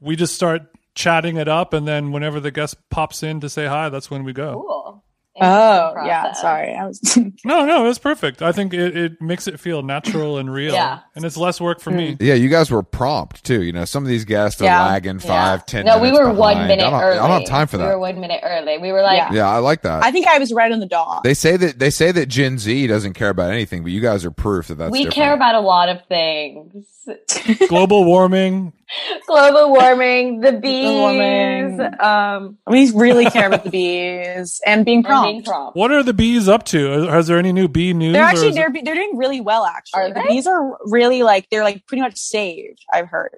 Speaker 2: we just start chatting it up, and then whenever the guest pops in to say hi, that's when we go.
Speaker 3: Cool.
Speaker 4: Oh,
Speaker 3: Interesting
Speaker 4: yeah.
Speaker 3: process.
Speaker 4: Sorry. I was (laughs)
Speaker 2: No, no, it's perfect. I think it, it makes it feel natural and real,
Speaker 3: Yeah.
Speaker 2: and it's less work for me.
Speaker 1: Yeah, you guys were prompt too. You know, some of these guests are
Speaker 4: Yeah.
Speaker 1: lagging five, ten.
Speaker 3: No, we
Speaker 1: minutes
Speaker 3: were one
Speaker 1: behind.
Speaker 3: minute
Speaker 1: I don't,
Speaker 3: early.
Speaker 1: I don't have time for
Speaker 3: We were
Speaker 1: that.
Speaker 3: one minute early. We were like,
Speaker 4: Yeah.
Speaker 1: Yeah, I like that.
Speaker 4: I think I was right on the dot.
Speaker 1: they say that they say that Gen Z doesn't care about anything, but you guys are proof that that's
Speaker 3: we
Speaker 1: different.
Speaker 3: care about a lot of things.
Speaker 2: Global warming,
Speaker 3: Global warming,
Speaker 4: (laughs)
Speaker 3: the bees,
Speaker 4: warming.
Speaker 3: um,
Speaker 4: We really
Speaker 2: (laughs)
Speaker 4: care about the bees and being
Speaker 3: and
Speaker 4: prompt.
Speaker 3: being prompt.
Speaker 2: What are the bees up to? Are- Is there any new bee news?
Speaker 4: They're
Speaker 2: or
Speaker 4: actually
Speaker 2: is
Speaker 4: they're they're doing really well actually.
Speaker 3: Are
Speaker 4: the
Speaker 3: they?
Speaker 4: bees are really like they're like pretty much saved. I've heard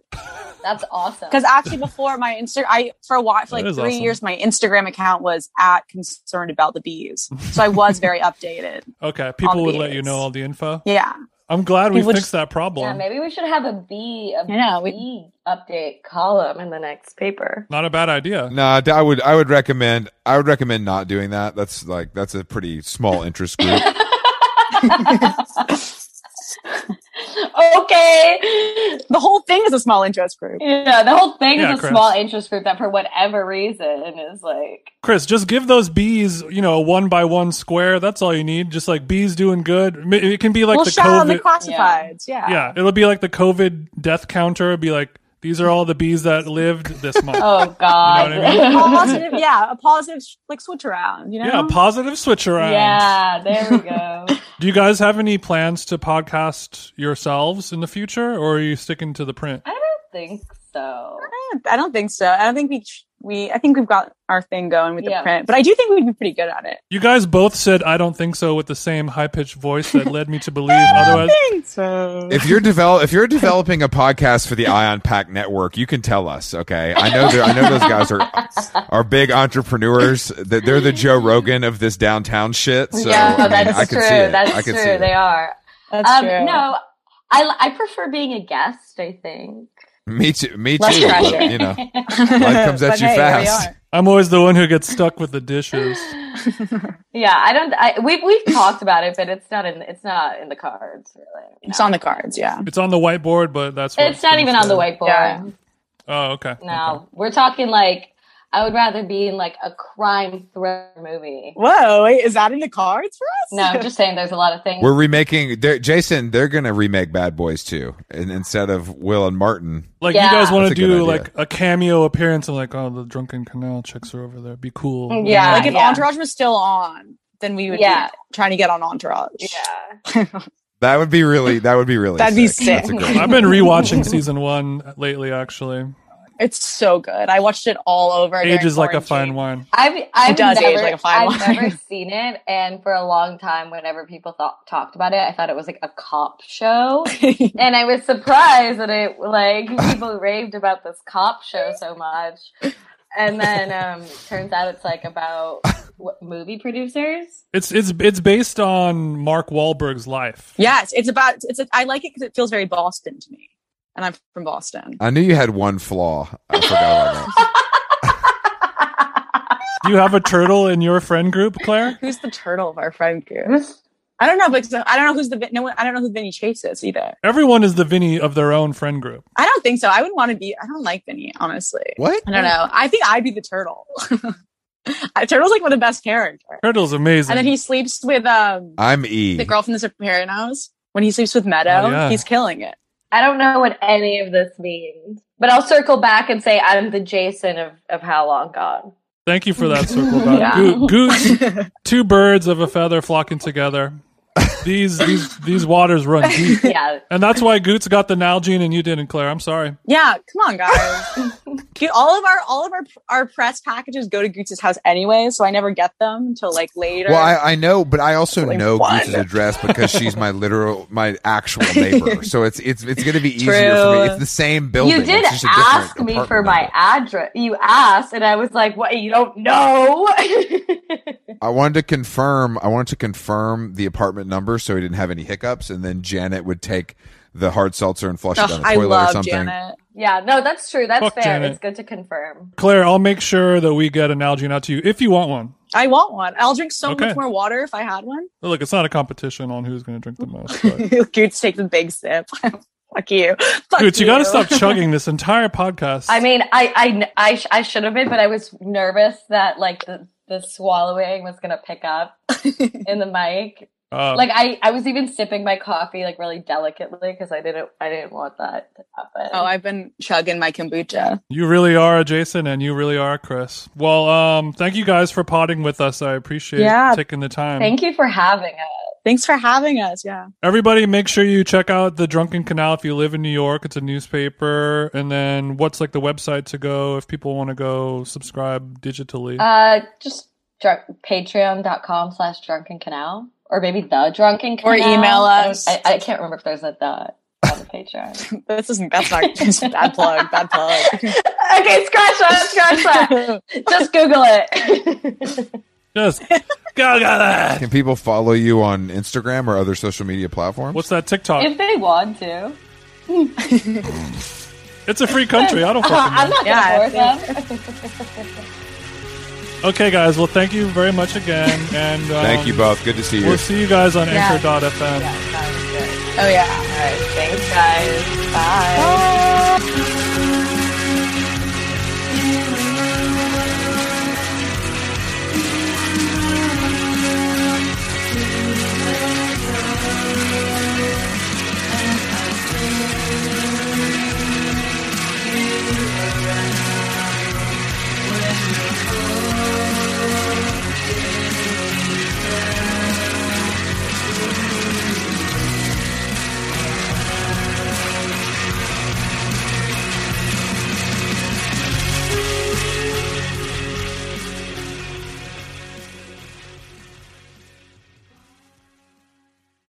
Speaker 3: That's awesome.
Speaker 4: because actually before my Insta, I for a while for like
Speaker 2: That is
Speaker 4: three
Speaker 2: awesome.
Speaker 4: years my Instagram account was at concerned about the bees, so I was very updated.
Speaker 2: it- okay, people would
Speaker 4: the
Speaker 2: let you
Speaker 4: bees.
Speaker 2: know all the info.
Speaker 4: Yeah,
Speaker 2: I'm glad we
Speaker 4: People
Speaker 2: fixed
Speaker 4: just-
Speaker 2: that
Speaker 3: yeah,
Speaker 2: problem.
Speaker 3: maybe we should have a bee, a
Speaker 4: I know, we-
Speaker 3: bee update column in the next
Speaker 4: (laughs)
Speaker 3: paper.
Speaker 2: Not a bad idea.
Speaker 1: Nah, I would I would recommend I would recommend not doing that. That's like that's a pretty small interest group.
Speaker 3: Okay.
Speaker 4: the whole thing is a small interest group.
Speaker 3: Yeah, the whole thing
Speaker 2: Yeah,
Speaker 3: is a
Speaker 2: Chris.
Speaker 3: small interest group that, for whatever reason, is like
Speaker 2: Chris, just give those bees, you know, a one by one square. That's all you need. Just like bees doing good. M- It can be like
Speaker 4: we'll
Speaker 2: the
Speaker 4: shout on the
Speaker 2: COVID.
Speaker 4: classifieds. Yeah.
Speaker 2: yeah, it'll be like the COVID death counter. It'll be like these are all the bees that lived this month.
Speaker 3: Oh God!
Speaker 2: You know what I
Speaker 4: Positive, yeah, a positive like switch around, you know.
Speaker 2: Yeah, a positive switch around.
Speaker 3: (laughs) yeah, there
Speaker 1: (laughs)
Speaker 3: we go.
Speaker 2: Do you guys have any plans to podcast yourselves in the future, or are you sticking to the print?
Speaker 3: I don't think So
Speaker 4: I don't think so. I don't think we we. I think we've got our thing going with
Speaker 3: Yeah.
Speaker 4: the print, but I do think we'd be pretty good at it.
Speaker 2: You guys both said I don't think so with the same high pitched voice that led me to believe
Speaker 3: (laughs)
Speaker 2: otherwise.
Speaker 4: I think so.
Speaker 1: If you're develop, if you're developing a podcast for the Ion Pack Network, you can tell us. Okay, I know they're- I know those guys are are big entrepreneurs. They're they're the Joe Rogan of this downtown shit. So
Speaker 3: yeah,
Speaker 1: I mean,
Speaker 3: that's
Speaker 1: I
Speaker 3: true.
Speaker 1: can see it.
Speaker 3: That's
Speaker 1: I can see
Speaker 3: true.
Speaker 1: it.
Speaker 3: They are.
Speaker 4: That's
Speaker 3: um,
Speaker 4: true. (laughs)
Speaker 3: No, I I prefer being a guest. I think.
Speaker 1: Me too. Me too.
Speaker 3: Less pressure.
Speaker 1: You know, life comes at
Speaker 4: But
Speaker 1: you
Speaker 4: hey, here we
Speaker 1: fast.
Speaker 4: are.
Speaker 2: I'm always the one who gets stuck with the dishes.
Speaker 3: (laughs) Yeah, I don't. I, we've we've talked about it, but it's not in it's not in the cards really.
Speaker 4: It's
Speaker 3: No.
Speaker 4: on the cards. Yeah.
Speaker 2: It's on the whiteboard, but that's what
Speaker 3: It's not even on the whiteboard.
Speaker 4: Yeah.
Speaker 2: Oh, okay.
Speaker 3: No, we're talking like I would rather be in like a crime thriller movie.
Speaker 4: Whoa, wait, is that in the cards for us? (laughs)
Speaker 3: No, I'm just saying there's a lot of things.
Speaker 1: We're remaking. They're, Jason, they're gonna remake Bad Boys too, and instead of Will and Martin.
Speaker 2: Like
Speaker 3: Yeah.
Speaker 2: you guys want to
Speaker 1: That's a good
Speaker 2: do
Speaker 1: idea.
Speaker 2: like a cameo appearance and like, oh, the drunken canal chicks are over there. Be cool.
Speaker 3: Mm, Yeah,
Speaker 4: like if
Speaker 3: yeah.
Speaker 4: Entourage was still on, then we would
Speaker 3: Yeah.
Speaker 4: be trying to get on Entourage.
Speaker 3: yeah.
Speaker 1: That would be really. That would be really.
Speaker 4: That'd be sick.
Speaker 1: That's a great-
Speaker 2: I've been
Speaker 3: (laughs)
Speaker 2: rewatching season one lately. Actually,
Speaker 4: It's so good. I watched it all over. during
Speaker 2: age is like a fine
Speaker 4: quarantine.
Speaker 2: wine.
Speaker 3: I've I've
Speaker 4: does
Speaker 3: never
Speaker 4: age like a fine
Speaker 3: I've
Speaker 4: wine.
Speaker 3: never
Speaker 4: (laughs)
Speaker 3: seen it, and for a long time, whenever people thought talked about it, I thought it was like a cop show, and I was surprised that it like people raved about this cop show so much, and then um, turns out it's like about what, movie producers.
Speaker 2: It's it's it's based on Mark Wahlberg's life.
Speaker 4: (laughs) Yes, it's about. It's. A, I like it because it feels very Boston to me, and I'm from Boston.
Speaker 1: I knew you had one flaw. I forgot about that.
Speaker 3: (laughs)
Speaker 2: Do you have a turtle in your friend group, Claire?
Speaker 4: Who's the turtle of our friend group? I don't know, but I don't know who's the Vin- no one. I don't know who Vinny Chase is either.
Speaker 2: Everyone is the Vinny of their own friend group.
Speaker 4: I don't think so. I wouldn't want to be. I don't like Vinny, honestly.
Speaker 1: What?
Speaker 4: I don't know. I think I'd be the turtle. (laughs) I- Turtle's like one of the best characters.
Speaker 2: Turtle's amazing.
Speaker 4: And then he sleeps with um
Speaker 1: I'm E.
Speaker 4: the girl from The Sopranos. When he sleeps with Meadow,
Speaker 2: Oh, yeah.
Speaker 4: he's killing it.
Speaker 3: I don't know what any of this means, but I'll circle back and say I'm the Jason of of How Long Gone.
Speaker 2: Thank you for that circle back.
Speaker 4: Yeah.
Speaker 2: Goo-
Speaker 3: (laughs)
Speaker 2: goose, two birds of a feather flocking together. These these these waters run deep.
Speaker 3: Yeah,
Speaker 2: And that's why Goots got the Nalgene and you didn't, Claire. I'm sorry.
Speaker 4: Yeah, come on, guys.
Speaker 3: (laughs)
Speaker 4: Dude, all of our all of our our press packages go to Goots' house anyway, so I never get them until like later.
Speaker 1: Well, I, I know, but I also
Speaker 4: Like,
Speaker 1: know
Speaker 4: what?
Speaker 1: Goose's address because she's my literal, my actual
Speaker 4: (laughs)
Speaker 1: neighbor. so it's it's it's going to be easier
Speaker 4: True.
Speaker 1: for me. It's the same building.
Speaker 3: You did
Speaker 1: It's just a different
Speaker 3: ask me for
Speaker 1: apartment
Speaker 3: my
Speaker 1: number.
Speaker 3: address. You asked, and I was like, "What? You don't know?" (laughs)
Speaker 1: I wanted to confirm. I wanted to confirm the apartment number so we didn't have any hiccups, and then Janet would take the hard seltzer and flush it
Speaker 4: Ugh,
Speaker 1: down the
Speaker 4: I
Speaker 1: toilet or
Speaker 4: love
Speaker 1: something.
Speaker 4: Janet.
Speaker 3: yeah, no, that's true. That's
Speaker 2: Fuck
Speaker 3: fair.
Speaker 2: Janet.
Speaker 3: It's good to confirm.
Speaker 2: Claire, I'll make sure that we get an Nalgene out to you if you want one.
Speaker 4: I want one. I'll drink so
Speaker 2: Okay.
Speaker 4: much more water if I had one. (laughs)
Speaker 2: Look, it's not a competition on who's going to drink the most.
Speaker 3: (laughs)
Speaker 2: But.
Speaker 4: Goots takes a big sip. (laughs) Fuck you. Fuck
Speaker 2: Goots, you got to stop chugging this entire podcast.
Speaker 3: I mean, I I I, sh- I should have been, but I was nervous that like the the swallowing was gonna pick up in the mic.
Speaker 2: Uh,
Speaker 3: Like I I was even sipping my coffee like really delicately because I didn't I didn't want that to happen.
Speaker 4: (laughs) Oh, I've been chugging my kombucha.
Speaker 2: You really are a Jason and you really are a Chris. Well, um, thank you guys for potting with us. I appreciate
Speaker 4: Yeah.
Speaker 2: taking the time.
Speaker 3: Thank you for having us.
Speaker 4: Thanks for having us. Yeah.
Speaker 2: Everybody, make sure you check out the Drunken Canal if you live in New York. It's a newspaper, and then what's like the website to go if people want to go subscribe digitally.
Speaker 3: Uh, just dr- patreon.com slash drunken canal or maybe the drunken canal.
Speaker 4: Or email
Speaker 3: I don't-
Speaker 4: us.
Speaker 3: I, I can't remember if there's a the on the Patreon.
Speaker 4: This isn't that's not (laughs) just bad plug, bad plug.
Speaker 3: (laughs)
Speaker 4: (laughs)
Speaker 3: okay, scratch that, scratch (laughs) that. Just Google it.
Speaker 4: (laughs)
Speaker 2: Just go go that.
Speaker 1: Can people follow you on Instagram or other social media platforms?
Speaker 2: What's that TikTok?
Speaker 3: if they want to.
Speaker 2: it's a free country. I don't fucking
Speaker 4: Uh-huh.
Speaker 2: know.
Speaker 3: I'm not
Speaker 4: Yeah,
Speaker 3: going to force them.
Speaker 2: Okay, guys. Well, thank you very much again, and um,
Speaker 1: Thank you both. Good to see you.
Speaker 2: We'll see you guys on
Speaker 4: Yeah.
Speaker 2: Anchor.fm.
Speaker 4: Oh yeah.
Speaker 3: All right, thanks, guys. Bye.